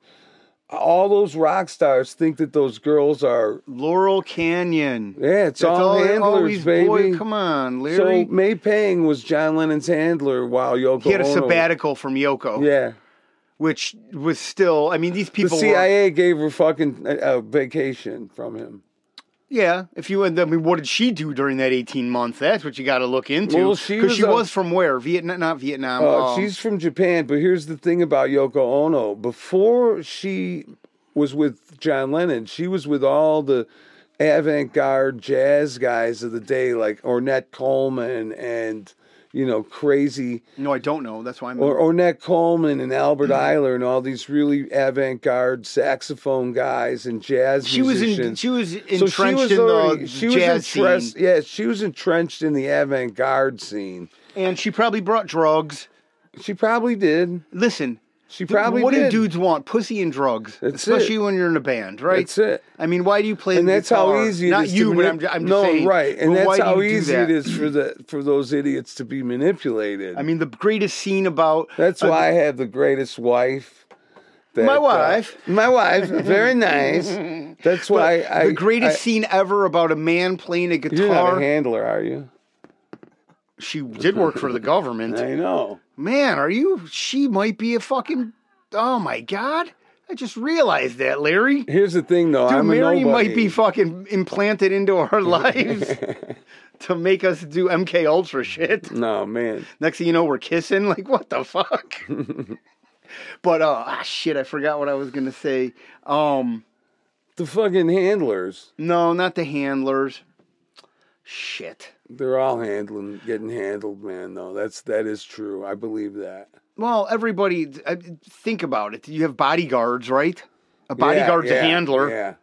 Speaker 2: All those rock stars think that those girls are,
Speaker 3: Laurel Canyon.
Speaker 2: yeah, it's
Speaker 3: That's
Speaker 2: all,
Speaker 3: all
Speaker 2: handlers,
Speaker 3: always
Speaker 2: baby.
Speaker 3: boy. Come on, Larry.
Speaker 2: so May Pang was John Lennon's handler while Yoko
Speaker 3: he had a
Speaker 2: Ono-
Speaker 3: sabbatical from Yoko,
Speaker 2: Yeah.
Speaker 3: which was still. I mean, these
Speaker 2: The
Speaker 3: people. Were,
Speaker 2: CIA gave her fucking a, a vacation from him.
Speaker 3: yeah. If you end up, I mean, what did she do during that eighteen months? That's what you got to look into.
Speaker 2: Well, she
Speaker 3: 'Cause
Speaker 2: was
Speaker 3: she
Speaker 2: a-
Speaker 3: was from where? Vietnam? Not Vietnam.
Speaker 2: Uh,
Speaker 3: um,
Speaker 2: she's from Japan, but here's the thing about Yoko Ono. Before she was with John Lennon, she was with all the avant-garde jazz guys of the day, like Ornette Coleman and you know crazy
Speaker 3: No, I don't know. That's why I'm.
Speaker 2: or Ornette Coleman and Albert
Speaker 3: Mm-hmm.
Speaker 2: Eiler and all these really avant-garde saxophone guys and jazz.
Speaker 3: she was in.
Speaker 2: musicians.
Speaker 3: She was
Speaker 2: So
Speaker 3: entrenched
Speaker 2: she was
Speaker 3: in
Speaker 2: already,
Speaker 3: the
Speaker 2: she
Speaker 3: jazz
Speaker 2: was entrenched.
Speaker 3: scene,
Speaker 2: Yeah, she was entrenched in the avant-garde scene.
Speaker 3: and she probably brought drugs.
Speaker 2: She probably did.
Speaker 3: Listen,
Speaker 2: She probably
Speaker 3: what
Speaker 2: did.
Speaker 3: do dudes want? Pussy and drugs,
Speaker 2: That's
Speaker 3: especially
Speaker 2: it.
Speaker 3: when you're in a band, right?
Speaker 2: That's it.
Speaker 3: I mean, why do you play?
Speaker 2: and
Speaker 3: the
Speaker 2: that's how
Speaker 3: guitar?
Speaker 2: easy it is.
Speaker 3: Not
Speaker 2: to
Speaker 3: you, but
Speaker 2: manip-
Speaker 3: I'm, ju- I'm just
Speaker 2: no,
Speaker 3: saying,
Speaker 2: right, and
Speaker 3: but
Speaker 2: that's
Speaker 3: why do
Speaker 2: how
Speaker 3: you do
Speaker 2: easy it
Speaker 3: that?
Speaker 2: is for the for those idiots to be manipulated.
Speaker 3: I mean, the greatest scene about
Speaker 2: that's
Speaker 3: uh,
Speaker 2: why I have the greatest wife. that,
Speaker 3: My
Speaker 2: uh,
Speaker 3: wife.
Speaker 2: my wife, very nice. That's why I.
Speaker 3: the greatest
Speaker 2: I-
Speaker 3: scene ever about a man playing a
Speaker 2: you're not a
Speaker 3: guitar.
Speaker 2: handler, are you?
Speaker 3: She did work for the government.
Speaker 2: I know.
Speaker 3: man, are you? She might be a fucking. Oh my god! I just realized that, Larry.
Speaker 2: Here's the thing, though.
Speaker 3: Dude,
Speaker 2: I'm
Speaker 3: Mary
Speaker 2: a nobody.
Speaker 3: might be fucking implanted into our lives to make us do MK Ultra shit.
Speaker 2: no man.
Speaker 3: Next thing you know, we're kissing. Like, what the fuck? but uh, ah, shit, I forgot what I was gonna say. Um,
Speaker 2: The fucking handlers.
Speaker 3: no, not the handlers. Shit.
Speaker 2: They're all handling, getting handled, man. Though that's that is true. I believe that.
Speaker 3: Well, everybody, I, think about it. You have bodyguards, right? A bodyguard's
Speaker 2: yeah,
Speaker 3: a handler.
Speaker 2: Yeah.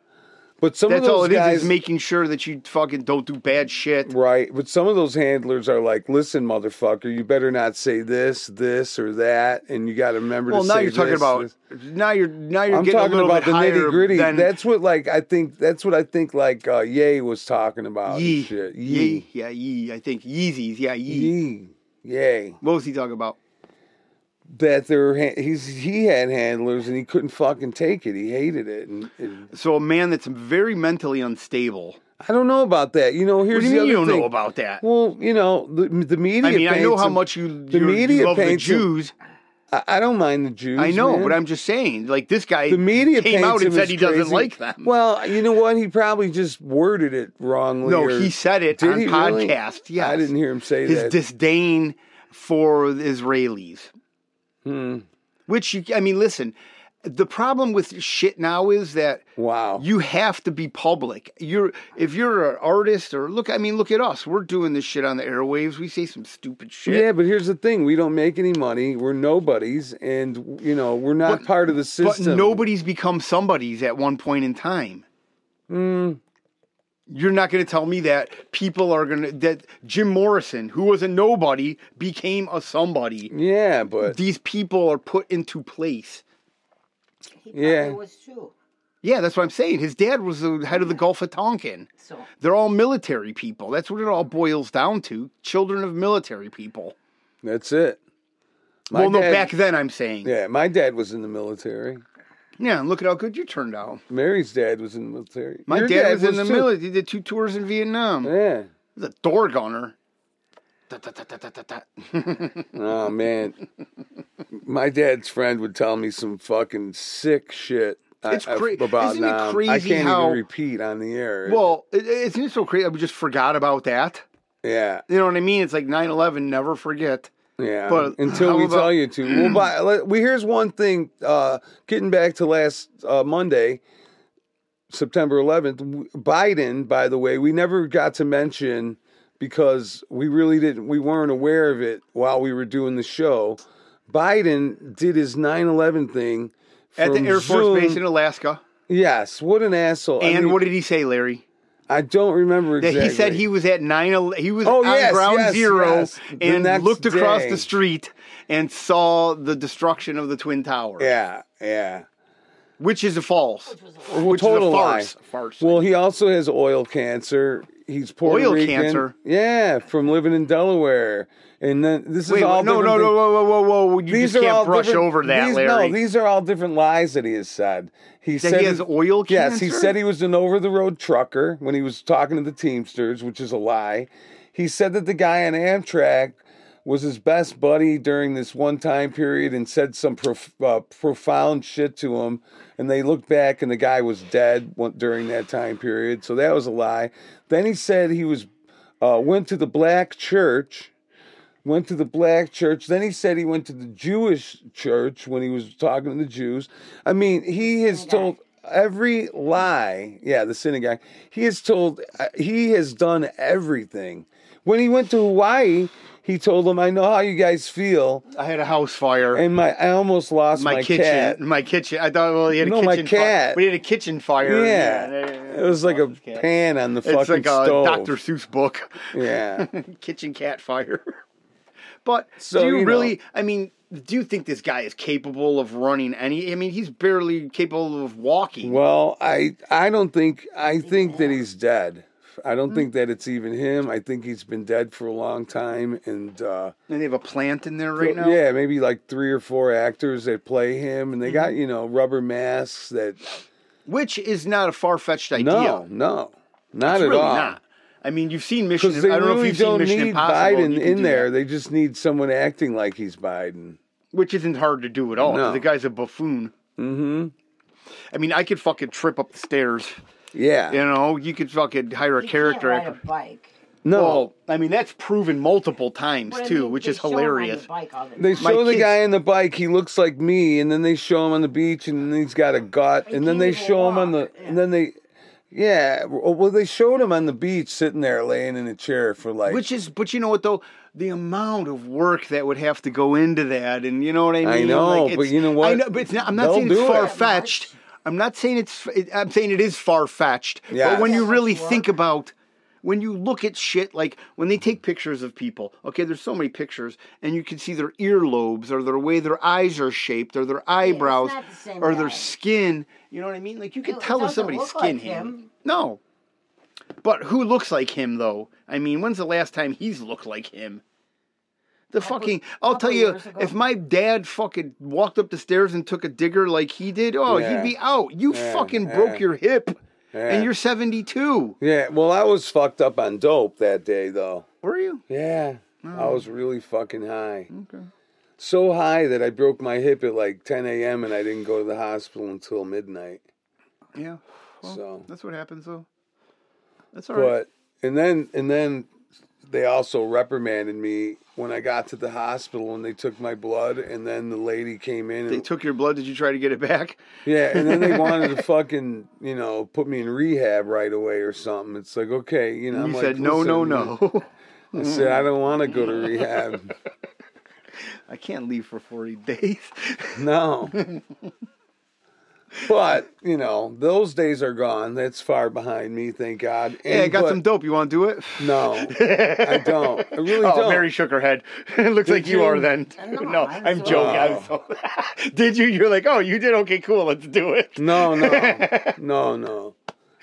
Speaker 2: But some
Speaker 3: That's
Speaker 2: of those
Speaker 3: all it is
Speaker 2: guys
Speaker 3: is making sure that you fucking don't do bad shit.
Speaker 2: Right. But some of those handlers are like, listen, motherfucker, you better not say this, this, or that. And you got to remember
Speaker 3: Well,
Speaker 2: to
Speaker 3: now
Speaker 2: say
Speaker 3: you're talking
Speaker 2: this,
Speaker 3: about
Speaker 2: this.
Speaker 3: now you're now you're
Speaker 2: I'm
Speaker 3: getting a
Speaker 2: talking
Speaker 3: little
Speaker 2: about the
Speaker 3: bit higher
Speaker 2: nitty gritty.
Speaker 3: than
Speaker 2: That's what, like, I think, that's what I think, like, uh, Ye was talking about. and
Speaker 3: Yee.
Speaker 2: Shit.
Speaker 3: Yee.
Speaker 2: Yee.
Speaker 3: Yeah, Yee. I think Yeezys. Yeah, Yee.
Speaker 2: Yee. Yay.
Speaker 3: What was he talking about?
Speaker 2: That there, he's he had handlers and he couldn't fucking take it. He hated it. And, and
Speaker 3: So a man that's very mentally unstable.
Speaker 2: I don't know about that. You know,
Speaker 3: What
Speaker 2: here's
Speaker 3: do you mean
Speaker 2: the
Speaker 3: you
Speaker 2: other
Speaker 3: don't
Speaker 2: thing.
Speaker 3: know about that?
Speaker 2: Well, you know, the, the media.
Speaker 3: I mean, I know
Speaker 2: paints
Speaker 3: how
Speaker 2: him-
Speaker 3: much you,
Speaker 2: the
Speaker 3: you- you
Speaker 2: media
Speaker 3: love the
Speaker 2: paints him-
Speaker 3: Jews.
Speaker 2: I, I don't mind the Jews.
Speaker 3: I know,
Speaker 2: man.
Speaker 3: but I'm just saying, like this guy
Speaker 2: the media
Speaker 3: came out
Speaker 2: paints him
Speaker 3: and said
Speaker 2: as
Speaker 3: he doesn't
Speaker 2: crazy.
Speaker 3: like them.
Speaker 2: Well, you know what? He probably just worded it wrongly.
Speaker 3: no,
Speaker 2: or-
Speaker 3: he said it
Speaker 2: Did
Speaker 3: on
Speaker 2: he really?
Speaker 3: podcast. Yes.
Speaker 2: I didn't hear him say
Speaker 3: his
Speaker 2: that.
Speaker 3: disdain for the Israelis.
Speaker 2: Hmm.
Speaker 3: Which you, I mean, listen. The problem with shit now is that
Speaker 2: Wow.
Speaker 3: you have to be public. You're if you're an artist or look. I mean, look at us. We're doing this shit on the airwaves. We say some stupid shit.
Speaker 2: yeah, but here's the thing: we don't make any money. We're nobodies, and you know we're not part of the
Speaker 3: but
Speaker 2: system.
Speaker 3: nobody's become somebody's at one point in time.
Speaker 2: Hmm.
Speaker 3: You're not going to tell me that people are going to that Jim Morrison, who was a nobody, became a somebody.
Speaker 2: Yeah, but
Speaker 3: These people are put into place.
Speaker 4: He
Speaker 2: Yeah.
Speaker 4: probably was too.
Speaker 3: Yeah, that's what I'm saying. His dad was the head of the Gulf of Tonkin.
Speaker 4: So
Speaker 3: They're all military people. That's what it all boils down to. Children of military people.
Speaker 2: that's it. My
Speaker 3: well, no,
Speaker 2: dad-
Speaker 3: back then I'm saying. Yeah.
Speaker 2: Yeah, my dad was in the military.
Speaker 3: and look at how good you turned out.
Speaker 2: Mary's dad was in the military.
Speaker 3: My
Speaker 2: Your
Speaker 3: dad, was, in the
Speaker 2: too.
Speaker 3: military. He did two tours in Vietnam.
Speaker 2: Yeah.
Speaker 3: He's a door gunner. Da, da, da, da, da, da, da.
Speaker 2: Oh man, my dad's friend would tell me some fucking sick shit. I-
Speaker 3: It's cra-
Speaker 2: I, about
Speaker 3: isn't it
Speaker 2: Nam. I
Speaker 3: crazy
Speaker 2: can't
Speaker 3: how-
Speaker 2: even repeat on the air.
Speaker 3: Well, it, it's just so crazy. I just forgot about that.
Speaker 2: yeah,
Speaker 3: You know what I mean? It's like 9 11, never forget.
Speaker 2: yeah.
Speaker 3: but
Speaker 2: until
Speaker 3: how
Speaker 2: we
Speaker 3: about-
Speaker 2: tell you to, well, by, let, we here's one thing. Uh, getting back to last uh, Monday, September 11th, w- Biden. By the way, we never got to mention because we really didn't. We weren't aware of it while we were doing the show. Biden did his 9/11 thing
Speaker 3: At the
Speaker 2: from
Speaker 3: Air Force
Speaker 2: Zoom.
Speaker 3: Base in Alaska.
Speaker 2: Yes, what an asshole!
Speaker 3: And
Speaker 2: I mean,
Speaker 3: what did he say, Larry?
Speaker 2: I don't remember
Speaker 3: That
Speaker 2: exactly.
Speaker 3: he said he was at 9 ele- He was
Speaker 2: Oh,
Speaker 3: on
Speaker 2: yes,
Speaker 3: ground
Speaker 2: yes,
Speaker 3: zero
Speaker 2: yes. The next
Speaker 3: and looked across
Speaker 2: day.
Speaker 3: the street and saw the destruction of the Twin Towers,
Speaker 2: Yeah, yeah.
Speaker 3: which is a false. Which
Speaker 2: total
Speaker 3: is a
Speaker 2: lie.
Speaker 3: farce. farce.
Speaker 2: Well, he also has oil cancer. He's Puerto
Speaker 3: Oil
Speaker 2: Rican.
Speaker 3: cancer?
Speaker 2: Yeah, from living in Delaware. And then this is
Speaker 3: Wait,
Speaker 2: all
Speaker 3: wait, no,
Speaker 2: different
Speaker 3: no,
Speaker 2: thing-
Speaker 3: no, whoa, whoa, whoa, whoa. You
Speaker 2: These
Speaker 3: just
Speaker 2: are
Speaker 3: can't
Speaker 2: all
Speaker 3: brush
Speaker 2: different-
Speaker 3: over that,
Speaker 2: these,
Speaker 3: Larry.
Speaker 2: No, these are all different lies that he has said. He
Speaker 3: That
Speaker 2: said
Speaker 3: he has oil
Speaker 2: Yes, he
Speaker 3: cancer?
Speaker 2: said he was an over-the-road trucker when he was talking to the Teamsters, which is a lie. He said that the guy on Amtrak was his best buddy during this one time period and said some prof- uh, profound shit to him. And they looked back and the guy was dead one- during that time period. So that was a lie. Then he said he was uh, went to the black church went to the black church. Then he said he went to the Jewish church when he was talking to the Jews. I mean, he has told every lie. Yeah, the synagogue. He has told, uh, he has done everything. When he went to Hawaii, he told them, I know how you guys feel.
Speaker 3: I had a house fire.
Speaker 2: And my, I almost lost my,
Speaker 3: my, kitchen,
Speaker 2: cat.
Speaker 3: my kitchen. I thought, well, he had a
Speaker 2: No,
Speaker 3: kitchen.
Speaker 2: my
Speaker 3: fi-
Speaker 2: cat.
Speaker 3: we had a kitchen fire.
Speaker 2: Yeah. It was like a
Speaker 3: cat.
Speaker 2: pan on the
Speaker 3: It's
Speaker 2: fucking
Speaker 3: like a
Speaker 2: stove.
Speaker 3: Dr. Seuss book,
Speaker 2: Yeah.
Speaker 3: kitchen cat fire. But
Speaker 2: So,
Speaker 3: do you,
Speaker 2: you know.
Speaker 3: really? I mean, do you think this guy is capable of running any? I mean, he's barely capable of walking.
Speaker 2: Well, I I don't think I think that he's dead. I don't
Speaker 3: Mm.
Speaker 2: think that it's even him. I think he's been dead for a long time, and uh,
Speaker 3: and they have a plant in there right now.
Speaker 2: yeah, maybe like three or four actors that play him, and they got
Speaker 3: Mm-hmm.
Speaker 2: you know rubber masks that
Speaker 3: which is not a far fetched idea.
Speaker 2: no, no, not
Speaker 3: it's
Speaker 2: at
Speaker 3: really
Speaker 2: all.
Speaker 3: not. I mean, you've seen Mission.
Speaker 2: Because they
Speaker 3: I don't know if
Speaker 2: really
Speaker 3: you've seen
Speaker 2: don't
Speaker 3: Mission
Speaker 2: need
Speaker 3: Impossible.
Speaker 2: Biden
Speaker 3: You can
Speaker 2: in
Speaker 3: do
Speaker 2: there.
Speaker 3: that.
Speaker 2: They just need someone acting like he's Biden.
Speaker 3: which isn't hard to do at all. 'cause
Speaker 2: No.
Speaker 3: The guy's a buffoon. Mm-hmm. I mean, I could fucking trip up the stairs.
Speaker 2: Yeah,
Speaker 3: You know, you could fucking hire a
Speaker 4: he
Speaker 3: character.
Speaker 4: can't ride
Speaker 3: actor.
Speaker 4: a bike.
Speaker 2: no.
Speaker 3: Well, I mean, that's proven multiple times
Speaker 4: But I
Speaker 3: too,
Speaker 4: mean,
Speaker 3: which
Speaker 4: they
Speaker 3: is
Speaker 4: show him on
Speaker 3: hilarious.
Speaker 4: the bike all the
Speaker 2: They
Speaker 4: time.
Speaker 2: show the
Speaker 3: kids-
Speaker 2: guy on the bike, he looks like me, and then they show him on the beach, and then he's got a gut, and then
Speaker 4: can't
Speaker 2: they
Speaker 4: even
Speaker 2: show him on the,
Speaker 4: walk,
Speaker 2: and then they, yeah, well, they showed him on the beach sitting there laying in a chair for like,
Speaker 3: Which is, but you know what though, the amount of work that would have to go into that, and you know what I mean.
Speaker 2: know,
Speaker 3: it's-
Speaker 2: but you know what?
Speaker 3: I know, but it's not, I'm not
Speaker 2: They'll
Speaker 3: saying it's
Speaker 2: do it.
Speaker 3: far fetched. I'm not saying it's. It, I'm saying it is far fetched.
Speaker 2: Yes.
Speaker 3: But when you
Speaker 4: Yeah,
Speaker 3: really
Speaker 4: that's work.
Speaker 3: think about, when you look at shit like when they take pictures of people, okay, there's so many pictures, and you can see their earlobes or their way their eyes are shaped or their eyebrows
Speaker 4: not the same
Speaker 3: or their
Speaker 4: guy.
Speaker 3: skin. You know what I mean? Like you can
Speaker 4: It
Speaker 3: tell if
Speaker 4: doesn't
Speaker 3: somebody's
Speaker 4: look
Speaker 3: skin
Speaker 4: like him.
Speaker 3: No, but who looks like him though? I mean, when's the last time he's looked like him? The fucking I'll
Speaker 4: couple
Speaker 3: tell you,
Speaker 4: years ago.
Speaker 3: if my dad fucking walked up the stairs and took a digger like he did, oh,
Speaker 2: Yeah.
Speaker 3: he'd be out. You
Speaker 2: Yeah,
Speaker 3: fucking
Speaker 2: yeah.
Speaker 3: broke your hip
Speaker 2: Yeah.
Speaker 3: and you're 72.
Speaker 2: yeah, well, I was fucked up on dope that day, though.
Speaker 3: Were you?
Speaker 2: Yeah, I was really fucking high. Okay. So high that I broke my hip at like 10 a.m., and I didn't go to the hospital until midnight.
Speaker 3: Yeah. Well,
Speaker 2: So.
Speaker 3: that's what happens though. That's all right.
Speaker 2: But and then and then they also reprimanded me when I got to the hospital and they took my blood and then the lady came in and
Speaker 3: They took your blood. Did you try to get it back?
Speaker 2: yeah, and then they wanted to fucking, you know, put me in rehab right away or something. It's like, okay, you know, I'm
Speaker 3: you
Speaker 2: like,
Speaker 3: said no, no,
Speaker 2: "Listen,"
Speaker 3: no.
Speaker 2: I said, I don't want to go to rehab.
Speaker 3: I can't leave for forty days.
Speaker 2: No. But, you know, those days are gone. That's far behind me, thank God. And,
Speaker 3: hey, I got
Speaker 2: but-
Speaker 3: some dope. You want to do it?
Speaker 2: No, I don't. I really
Speaker 3: Oh,
Speaker 2: don't.
Speaker 3: Mary shook her head. it looks like you,
Speaker 2: you?
Speaker 3: are then.
Speaker 4: No,
Speaker 3: No,
Speaker 4: I was
Speaker 3: I'm joking. I was so- did you? You're like, oh, you did. Okay, cool. Let's do it.
Speaker 2: No, no, no, no.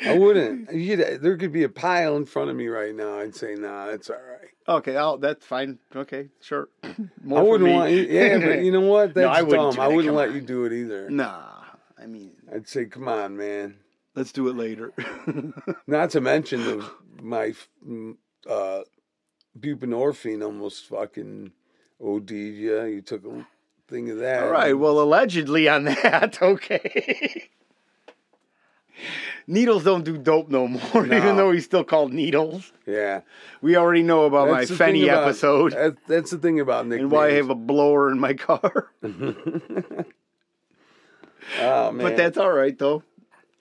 Speaker 2: I wouldn't. You'd, there could be a pile in front of me right now. I'd say, nah, it's all right.
Speaker 3: Okay, I'll, that's fine. Okay, sure. More
Speaker 2: I
Speaker 3: for
Speaker 2: wouldn't
Speaker 3: me.
Speaker 2: want. Yeah, but you know what?
Speaker 3: No,
Speaker 2: That's
Speaker 3: I wouldn't do
Speaker 2: dumb. I
Speaker 3: that.
Speaker 2: wouldn't
Speaker 3: Come
Speaker 2: let
Speaker 3: on. Mm.
Speaker 2: you do it either.
Speaker 3: Nah, I mean,
Speaker 2: I'd say, come on, man.
Speaker 3: let's do it later.
Speaker 2: Not to mention the, my mm, uh, buprenorphine almost fucking OD'd you. You took a thing of that.
Speaker 3: All right. Well, allegedly on that. Okay. Needles don't do dope no more, even
Speaker 2: No.
Speaker 3: though he's still called needles.
Speaker 2: Yeah.
Speaker 3: We already know about
Speaker 2: That's
Speaker 3: my
Speaker 2: the thing
Speaker 3: Fenny
Speaker 2: about-
Speaker 3: episode
Speaker 2: that- that's the thing about Nick.
Speaker 3: and why I have a blower in my car.
Speaker 2: Oh, man.
Speaker 3: But that's all right though.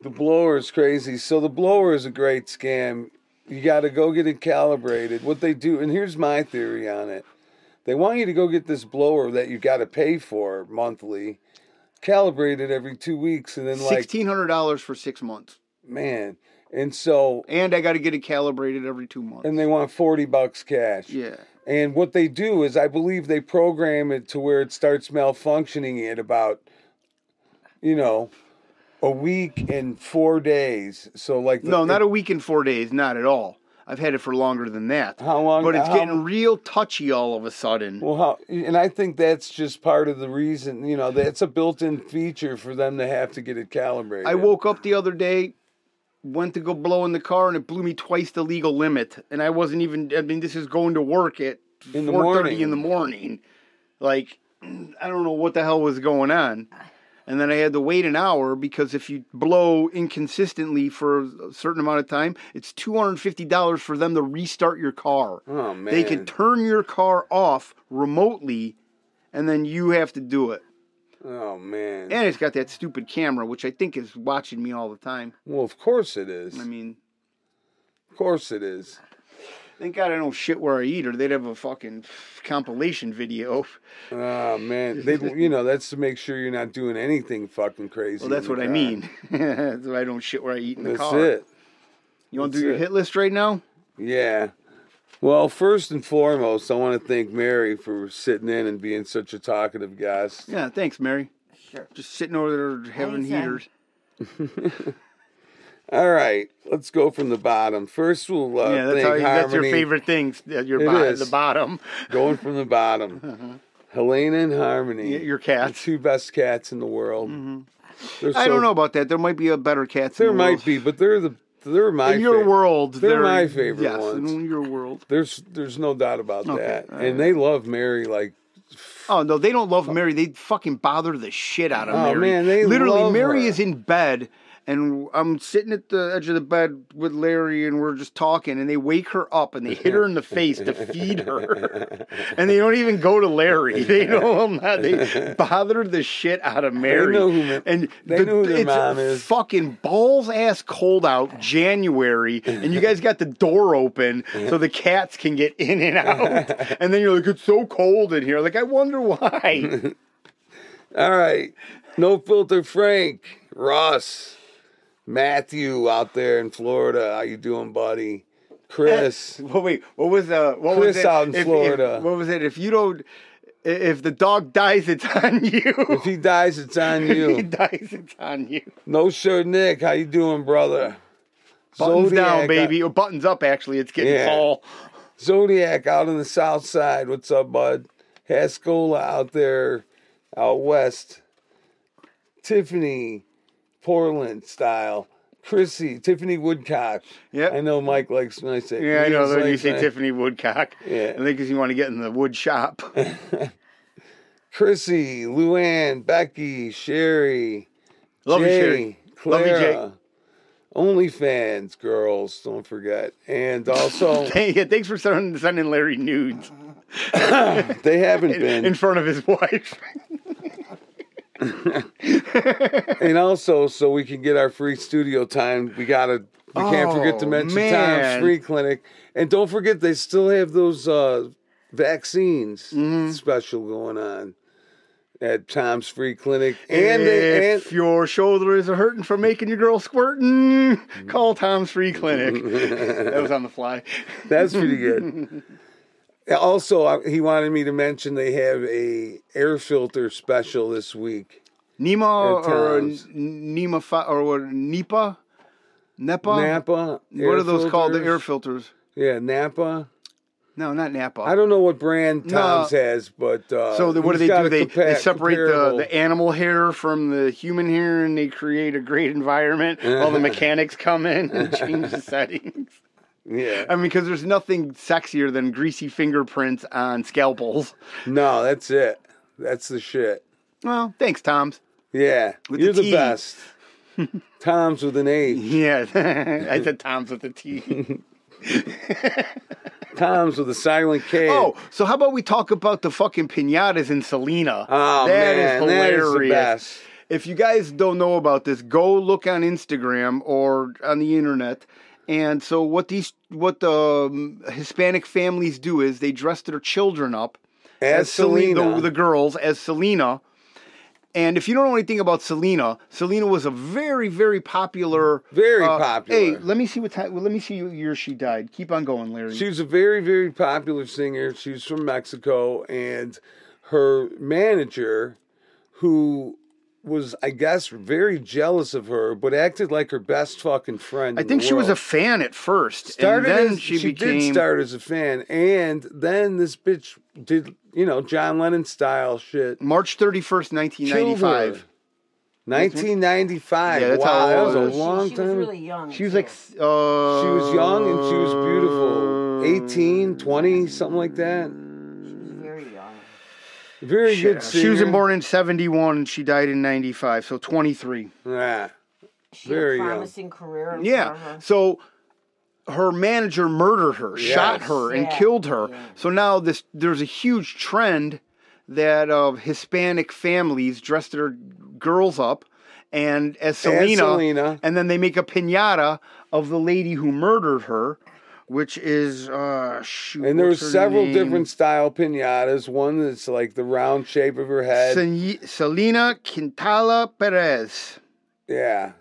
Speaker 2: The blower is crazy. So the blower is a great scam. You got to go get it calibrated. What they do, and here's my theory on it: they want you to go get this blower that you got to pay for monthly, calibrated every two weeks, and then like,
Speaker 3: Sixteen hundred dollars for six months,
Speaker 2: man, and so,
Speaker 3: and I got to get it calibrated every two months.
Speaker 2: and they want forty bucks cash.
Speaker 3: yeah,
Speaker 2: And what they do is, I believe they program it to where it starts malfunctioning at about, you know, a week and four days. So like, the-
Speaker 3: no, not a week and four days, not at all. I've had it for longer than that.
Speaker 2: How long-
Speaker 3: But it's
Speaker 2: how-
Speaker 3: getting real touchy all of a sudden.
Speaker 2: Well, how, and I think that's just part of the reason, you know, that's a built in feature for them to have to get it calibrated.
Speaker 3: I woke up the other day, went to go blow in the car, and it blew me twice the legal limit. And I wasn't even. I mean, this is going to work at
Speaker 2: In the
Speaker 3: four
Speaker 2: morning.
Speaker 3: thirty in the morning. Like, I don't know what the hell was going on. And then I had to wait an hour because if you blow inconsistently for a certain amount of time, it's two hundred fifty dollars for them to restart your car.
Speaker 2: Oh, man.
Speaker 3: They can turn your car off remotely, and then you have to do it.
Speaker 2: oh, man.
Speaker 3: And it's got that stupid camera, which I think is watching me all the time.
Speaker 2: well, of course it is.
Speaker 3: I mean,
Speaker 2: of course it is.
Speaker 3: thank God I don't shit where I eat, or they'd have a fucking compilation video.
Speaker 2: Oh, man. They, you know, that's to make sure you're not doing anything fucking crazy.
Speaker 3: Well, that's
Speaker 2: in the
Speaker 3: what I
Speaker 2: car.
Speaker 3: mean. that's why I don't shit where I eat in the
Speaker 2: That's
Speaker 3: car.
Speaker 2: it.
Speaker 3: You want to
Speaker 2: That's
Speaker 3: do your
Speaker 2: it.
Speaker 3: hit list right now?
Speaker 2: Yeah. Well, first and foremost, I want to thank Mary for sitting in and being such a talkative guest.
Speaker 3: Yeah, thanks, Mary.
Speaker 4: Sure.
Speaker 3: Just sitting over there having
Speaker 4: Thanks, Em.
Speaker 3: heaters.
Speaker 2: All right, let's go from the bottom. First, we'll uh,
Speaker 3: yeah, that's,
Speaker 2: thank
Speaker 3: how you, that's your
Speaker 2: Harmony.
Speaker 3: favorite thing. At your
Speaker 2: It
Speaker 3: bo-
Speaker 2: is.
Speaker 3: the bottom.
Speaker 2: going from the bottom. Helena and Harmony,
Speaker 3: Mm-hmm. Y- Your
Speaker 2: the
Speaker 3: cats. Mm-hmm.
Speaker 2: two best cats in the world. They're
Speaker 3: I
Speaker 2: so-
Speaker 3: don't know about that. There might be a better cats.
Speaker 2: There
Speaker 3: in the
Speaker 2: might
Speaker 3: world.
Speaker 2: be, but they're the they're my
Speaker 3: in your
Speaker 2: favorite.
Speaker 3: world.
Speaker 2: They're my favorite
Speaker 3: Yes,
Speaker 2: ones.
Speaker 3: in your world.
Speaker 2: There's there's no doubt about
Speaker 3: Okay,
Speaker 2: that,
Speaker 3: all
Speaker 2: and they love Mary like
Speaker 3: Oh no, they don't love Mary. They fucking bother the shit out of
Speaker 2: Oh,
Speaker 3: Mary.
Speaker 2: man, they
Speaker 3: literally
Speaker 2: love
Speaker 3: Mary
Speaker 2: her.
Speaker 3: is in bed and I'm sitting at the edge of the bed with Larry and we're just talking and they wake her up and they hit her in the face to feed her. and they don't even go to Larry. They know I'm not they bother the shit out of Mary.
Speaker 2: know who Ma-
Speaker 3: and
Speaker 2: they know who their
Speaker 3: it's
Speaker 2: mom is.
Speaker 3: fucking balls ass cold out January and you guys got the door open so the cats can get in and out. And then you're like, it's so cold in here. Like, I wonder why.
Speaker 2: All right. No filter Frank, Ross, Matthew out there in Florida. How you doing, buddy? Chris.
Speaker 3: Well, wait, what was uh, what was
Speaker 2: Chris
Speaker 3: it?
Speaker 2: out in
Speaker 3: If- if-
Speaker 2: Florida.
Speaker 3: what was it? If you don't, i- if the dog dies, it's on you.
Speaker 2: if he dies, it's on
Speaker 3: If he
Speaker 2: you.
Speaker 3: dies, it's on you.
Speaker 2: No shirt Nick, how you doing, brother?
Speaker 3: Buttons
Speaker 2: Zodiac,
Speaker 3: down,
Speaker 2: uh,
Speaker 3: baby, or buttons up. Actually, it's getting
Speaker 2: Yeah.
Speaker 3: fall.
Speaker 2: Zodiac out on the south side. What's up, bud? Haskola out there out west. Tiffany Portland style. Chrissy, Tiffany Woodcock.
Speaker 3: Yep.
Speaker 2: I know Mike likes when I say
Speaker 3: Yeah, I know.
Speaker 2: Liz
Speaker 3: Though you
Speaker 2: likes
Speaker 3: say
Speaker 2: when I-
Speaker 3: Tiffany Woodcock,
Speaker 2: Yeah.
Speaker 3: I think because you want to get in the wood shop.
Speaker 2: Chrissy, Luann, Becky, Sherry,
Speaker 3: Love you,
Speaker 2: Jay,
Speaker 3: Sherry. Love you,
Speaker 2: Clara,
Speaker 3: Jay.
Speaker 2: OnlyFans, girls, don't forget. And also,
Speaker 3: Hey, thanks for sending, sending Larry nudes
Speaker 2: they haven't
Speaker 3: in
Speaker 2: been.
Speaker 3: front of his wife.
Speaker 2: And also, so we can get our free studio time, we gotta. We can't forget to
Speaker 3: Oh,
Speaker 2: mention
Speaker 3: man.
Speaker 2: Tom's free clinic, and don't forget they still have those uh, vaccines
Speaker 3: Mm-hmm.
Speaker 2: special going on at Tom's free clinic, and they, and
Speaker 3: if your shoulder is hurting from making your girl squirting, call Tom's Free Clinic. that was on the fly.
Speaker 2: That's pretty good. also, I, he wanted me to mention they have a air filter special this week.
Speaker 3: Nemo
Speaker 2: At
Speaker 3: or
Speaker 2: times.
Speaker 3: Nema fi- or what, Nipa, Nepa.
Speaker 2: Napa.
Speaker 3: what are those called? The air
Speaker 2: filters.
Speaker 3: filters?
Speaker 2: Yeah, Napa.
Speaker 3: No, not Napa.
Speaker 2: I don't know what brand
Speaker 3: No.
Speaker 2: Tom's has, but uh,
Speaker 3: so the, what
Speaker 2: he's
Speaker 3: do they
Speaker 2: got
Speaker 3: do?
Speaker 2: a
Speaker 3: They, they
Speaker 2: compa-
Speaker 3: separate the,
Speaker 2: comparable-
Speaker 3: the animal hair from the human hair, and they create a great environment. All the mechanics come in and change the settings.
Speaker 2: yeah.
Speaker 3: I mean, because there's nothing sexier than greasy fingerprints on scalpels.
Speaker 2: No, that's it. That's the shit.
Speaker 3: Well, thanks, Tom's.
Speaker 2: Yeah,
Speaker 3: With
Speaker 2: you're
Speaker 3: the
Speaker 2: the,
Speaker 3: T.
Speaker 2: best. Tom's with an A.
Speaker 3: Yeah, I said Tom's with a T.
Speaker 2: Tom's with a silent K.
Speaker 3: oh, so how about we talk about the fucking pinatas in Selena?
Speaker 2: Oh,
Speaker 3: That is
Speaker 2: man, that is the best.
Speaker 3: If you guys don't know about this, go look on Instagram or on the internet. And so what these what the um, Hispanic families do is they dress their children up
Speaker 2: As Selena,
Speaker 3: the, the girls as Selena. And if you don't know anything about Selena, Selena was a very, very popular.
Speaker 2: Very
Speaker 3: uh,
Speaker 2: popular.
Speaker 3: Hey, let me see what time. Well, let me see what year she died. Keep on going, Larry.
Speaker 2: She was a very, very popular singer. She was from Mexico, and her manager, who was, I guess, very jealous of her, but acted like her best fucking friend.
Speaker 3: I
Speaker 2: in
Speaker 3: think
Speaker 2: the
Speaker 3: she was a
Speaker 2: world.
Speaker 3: fan at first,
Speaker 2: started
Speaker 3: and then
Speaker 2: as,
Speaker 3: she,
Speaker 2: she,
Speaker 3: became.
Speaker 2: did start as a fan, and then this bitch did, you know, John Lennon style shit.
Speaker 3: March thirty first, nineteen ninety
Speaker 2: Killed
Speaker 3: five.
Speaker 2: her. 1995.
Speaker 3: Yeah, that's
Speaker 2: wow,
Speaker 3: how
Speaker 2: that
Speaker 3: old
Speaker 2: was
Speaker 3: it
Speaker 2: a
Speaker 3: is.
Speaker 2: long
Speaker 4: she, she
Speaker 2: time.
Speaker 4: was really young.
Speaker 3: She was
Speaker 4: too.
Speaker 3: like, uh, she
Speaker 2: she was young and she was beautiful.
Speaker 3: Um,
Speaker 2: 18, 20, something like that.
Speaker 4: she was very young.
Speaker 2: Very good singer.
Speaker 3: She was born in seventy one, and she died in ninety five, so twenty three.
Speaker 2: Yeah.
Speaker 4: She had
Speaker 2: Very
Speaker 4: a
Speaker 2: young.
Speaker 4: promising career. In front of
Speaker 3: Yeah.
Speaker 4: her.
Speaker 3: So her manager murdered her, shot
Speaker 2: Yes.
Speaker 3: her, and
Speaker 4: Yeah.
Speaker 3: killed her.
Speaker 4: Yeah.
Speaker 3: So now this there's a huge trend that of Hispanic families dress their girls up and as Selena,
Speaker 2: Selena.
Speaker 3: and then they make a pinata of the lady who murdered her, which is uh shoot,
Speaker 2: And there
Speaker 3: what's
Speaker 2: was
Speaker 3: her
Speaker 2: several
Speaker 3: name?
Speaker 2: different style pinatas. One that's like the round shape of her head.
Speaker 3: Sen- Selena Quintala Perez,
Speaker 2: yeah.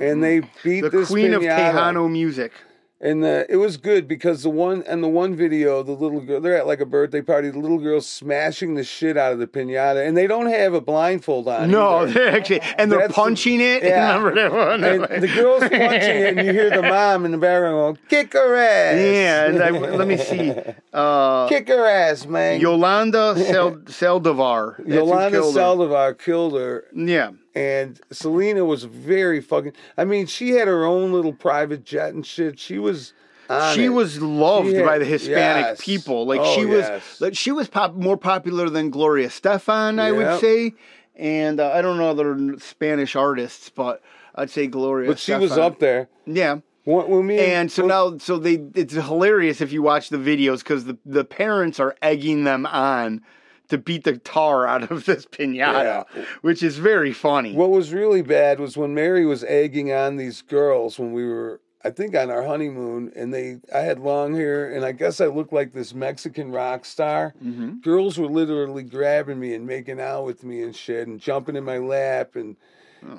Speaker 2: And they beat
Speaker 3: Mm-hmm. the
Speaker 2: this
Speaker 3: queen of
Speaker 2: pinata.
Speaker 3: Tejano music.
Speaker 2: And the, it was good because the one and the one video, the little girl, they're at like a birthday party. The little girl's smashing the shit out of the pinata, and they don't have a blindfold on.
Speaker 3: No,
Speaker 2: either.
Speaker 3: they're actually, and they're
Speaker 2: That's-
Speaker 3: punching it.
Speaker 2: yeah.
Speaker 3: And whatever.
Speaker 2: And the girl's punching it, and you hear the mom in the background going, "Kick her ass!"
Speaker 3: Yeah, and I, let me see. Uh,
Speaker 2: kick her ass, man.
Speaker 3: Yolanda Sel- Seldovar. That's who
Speaker 2: Yolanda
Speaker 3: killed her.
Speaker 2: Saldivar killed her,
Speaker 3: Yeah.
Speaker 2: and Selena was very fucking. I mean, she had her own little private jet and shit. She was. on
Speaker 3: She
Speaker 2: it.
Speaker 3: was loved
Speaker 2: She had-
Speaker 3: by the Hispanic
Speaker 2: yes.
Speaker 3: people. Like
Speaker 2: Oh,
Speaker 3: she was,
Speaker 2: yes.
Speaker 3: like, she was pop- more popular than Gloria Stefan, I would
Speaker 2: Yep.
Speaker 3: say. And uh, I don't know other Spanish artists, but I'd say Gloria.
Speaker 2: but she was
Speaker 3: Estefan.
Speaker 2: up there.
Speaker 3: Yeah.
Speaker 2: When, when me
Speaker 3: And so
Speaker 2: when-
Speaker 3: now, so they, it's hilarious if you watch the videos because the, the parents are egging them on to beat the tar out of this pinata, which is very funny.
Speaker 2: What was really bad was when Mary was egging on these girls when we were, I think, on our honeymoon, and they, I had long hair, and I guess I looked like this Mexican rock star.
Speaker 3: Mm-hmm.
Speaker 2: Girls were literally grabbing me and making out with me and shit, and jumping in my lap, and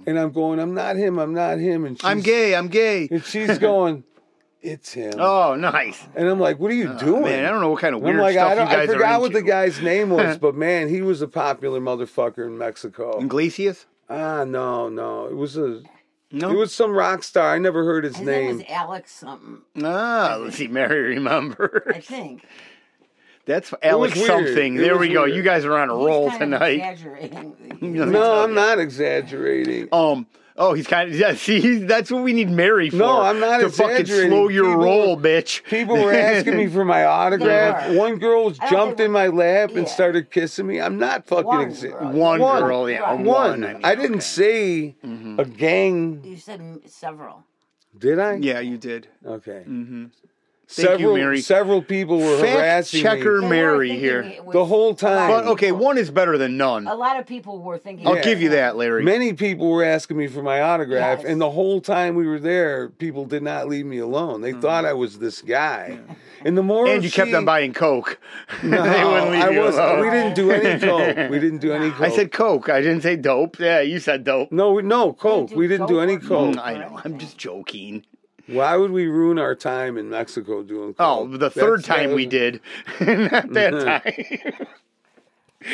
Speaker 2: and I'm going, I'm not him, I'm not him, and she's,
Speaker 3: Oh. I'm gay, I'm gay.
Speaker 2: and she's going, it's him,
Speaker 3: Oh, nice.
Speaker 2: and I'm like, what are you doing?
Speaker 3: Man, I don't know what kind of
Speaker 2: And
Speaker 3: weird
Speaker 2: I'm like,
Speaker 3: stuff
Speaker 2: I, don't,
Speaker 3: you
Speaker 2: I
Speaker 3: guys
Speaker 2: forgot
Speaker 3: are
Speaker 2: what
Speaker 3: into.
Speaker 2: the guy's name was, but man, he was a popular motherfucker in Mexico.
Speaker 3: Iglesias?
Speaker 2: Ah, no, no, it was a
Speaker 3: No.
Speaker 2: it was some rock star. I never heard his
Speaker 4: His name
Speaker 2: name.
Speaker 4: was Alex something.
Speaker 3: ah, let's see, Mary
Speaker 4: I
Speaker 3: remembers.
Speaker 4: think.
Speaker 3: That's Alex
Speaker 2: weird.
Speaker 3: something.
Speaker 2: It
Speaker 3: There
Speaker 2: was
Speaker 3: we go.
Speaker 2: weird.
Speaker 3: You guys are on a
Speaker 4: He's
Speaker 3: roll
Speaker 4: kind of
Speaker 3: tonight.
Speaker 4: exaggerating.
Speaker 2: No, I'm not exaggerating.
Speaker 3: Um. Oh, he's kind of yeah. See, he's, that's what we need Mary for.
Speaker 2: No, I'm not
Speaker 3: to fucking
Speaker 2: exaggerating.
Speaker 3: slow your
Speaker 2: People-
Speaker 3: roll, bitch.
Speaker 2: People were asking me for my autograph.
Speaker 4: They were.
Speaker 2: One girl
Speaker 4: I don't
Speaker 2: jumped
Speaker 4: think-
Speaker 2: in my lap and
Speaker 4: yeah.
Speaker 2: started kissing me. I'm not fucking
Speaker 4: One
Speaker 2: exa-
Speaker 4: girl.
Speaker 3: one,
Speaker 2: One.
Speaker 3: girl, yeah,
Speaker 4: Right.
Speaker 2: one.
Speaker 3: one. I, mean,
Speaker 2: I didn't
Speaker 3: okay.
Speaker 2: say a gang.
Speaker 4: You said m- several.
Speaker 2: Did I?
Speaker 3: Yeah, you did.
Speaker 2: Okay.
Speaker 3: Thank
Speaker 2: several
Speaker 3: you, Mary.
Speaker 2: several people were
Speaker 3: Fact
Speaker 2: harassing
Speaker 3: checker
Speaker 2: me.
Speaker 4: They were
Speaker 3: Mary
Speaker 4: thinking
Speaker 3: here.
Speaker 4: it was-
Speaker 2: The whole time.
Speaker 4: Well,
Speaker 3: But okay, one is better than none.
Speaker 4: A lot of people were thinking.
Speaker 3: I'll
Speaker 4: it
Speaker 3: give
Speaker 4: was
Speaker 3: you
Speaker 4: her.
Speaker 3: that, Larry.
Speaker 2: Many people were asking me for my autograph,
Speaker 4: Yes.
Speaker 2: and the whole time we were there, people did not leave me alone. They thought I was this guy, and the more
Speaker 3: Mm-hmm. and you kept
Speaker 2: she-
Speaker 3: on buying Coke. they
Speaker 2: No,
Speaker 3: wouldn't leave
Speaker 2: I
Speaker 3: you
Speaker 2: was,
Speaker 3: alone.
Speaker 2: We didn't do any coke. We didn't do any coke.
Speaker 3: I said Coke. I didn't say dope. Yeah, you said dope.
Speaker 2: no, we- no coke.
Speaker 4: do
Speaker 2: We didn't do
Speaker 4: coke
Speaker 2: any
Speaker 4: or-
Speaker 2: coke.
Speaker 3: Mm, I know. I'm just joking.
Speaker 2: Why would we ruin our time in Mexico doing coke?
Speaker 3: Oh, the third time we did. Not that time.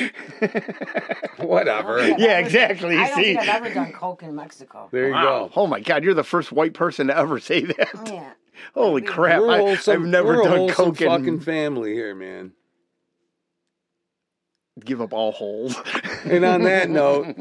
Speaker 2: Whatever.
Speaker 3: yeah, exactly.
Speaker 4: I don't
Speaker 3: See?
Speaker 4: think I've ever done coke in Mexico.
Speaker 2: There you
Speaker 3: Wow.
Speaker 2: go.
Speaker 3: Oh my God, you're the first white person to ever say that.
Speaker 4: Yeah.
Speaker 3: Holy crap.
Speaker 2: We're
Speaker 3: I,
Speaker 2: wholesome,
Speaker 3: have never
Speaker 2: we're a
Speaker 3: done
Speaker 2: wholesome
Speaker 3: Coke and
Speaker 2: fucking family here, man.
Speaker 3: give up all holes.
Speaker 2: And on that note,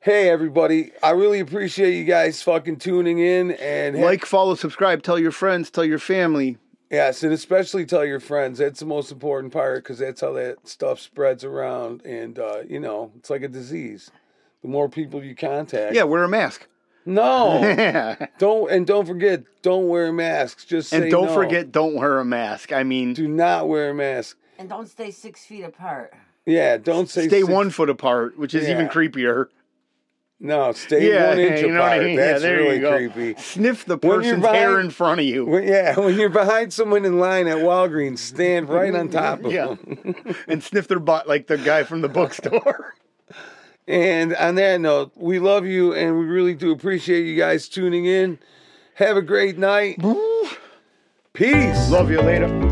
Speaker 2: hey everybody, I really appreciate you guys fucking tuning in and
Speaker 3: like, follow, subscribe, tell your friends, tell your family.
Speaker 2: yes, and especially tell your friends. That's the most important part because that's how that stuff spreads around, and uh, you know it's like a disease. The more people you contact,
Speaker 3: Yeah, wear a mask.
Speaker 2: no,
Speaker 3: Yeah.
Speaker 2: don't and don't forget, don't wear masks. Just
Speaker 3: And
Speaker 2: say
Speaker 3: don't
Speaker 2: no.
Speaker 3: forget, don't wear a mask. I mean,
Speaker 2: do not wear a mask.
Speaker 4: And don't stay six feet apart.
Speaker 2: Yeah, don't say
Speaker 3: stay
Speaker 2: six-
Speaker 3: one foot apart, which is even
Speaker 2: Yeah.
Speaker 3: creepier.
Speaker 2: No, stay
Speaker 3: Yeah,
Speaker 2: one inch
Speaker 3: you know what I
Speaker 2: apart.
Speaker 3: mean? Yeah,
Speaker 2: That's
Speaker 3: there you
Speaker 2: really
Speaker 3: go.
Speaker 2: creepy.
Speaker 3: Sniff the
Speaker 2: When you're
Speaker 3: person's
Speaker 2: buying-
Speaker 3: hair in front of you
Speaker 2: Well, yeah, when you're behind someone in line at Walgreens, stand right on top of
Speaker 3: Yeah.
Speaker 2: them.
Speaker 3: and sniff their butt like the guy from the bookstore.
Speaker 2: And on that note, we love you and we really do appreciate you guys tuning in. Have a great night. Peace.
Speaker 3: Love you later.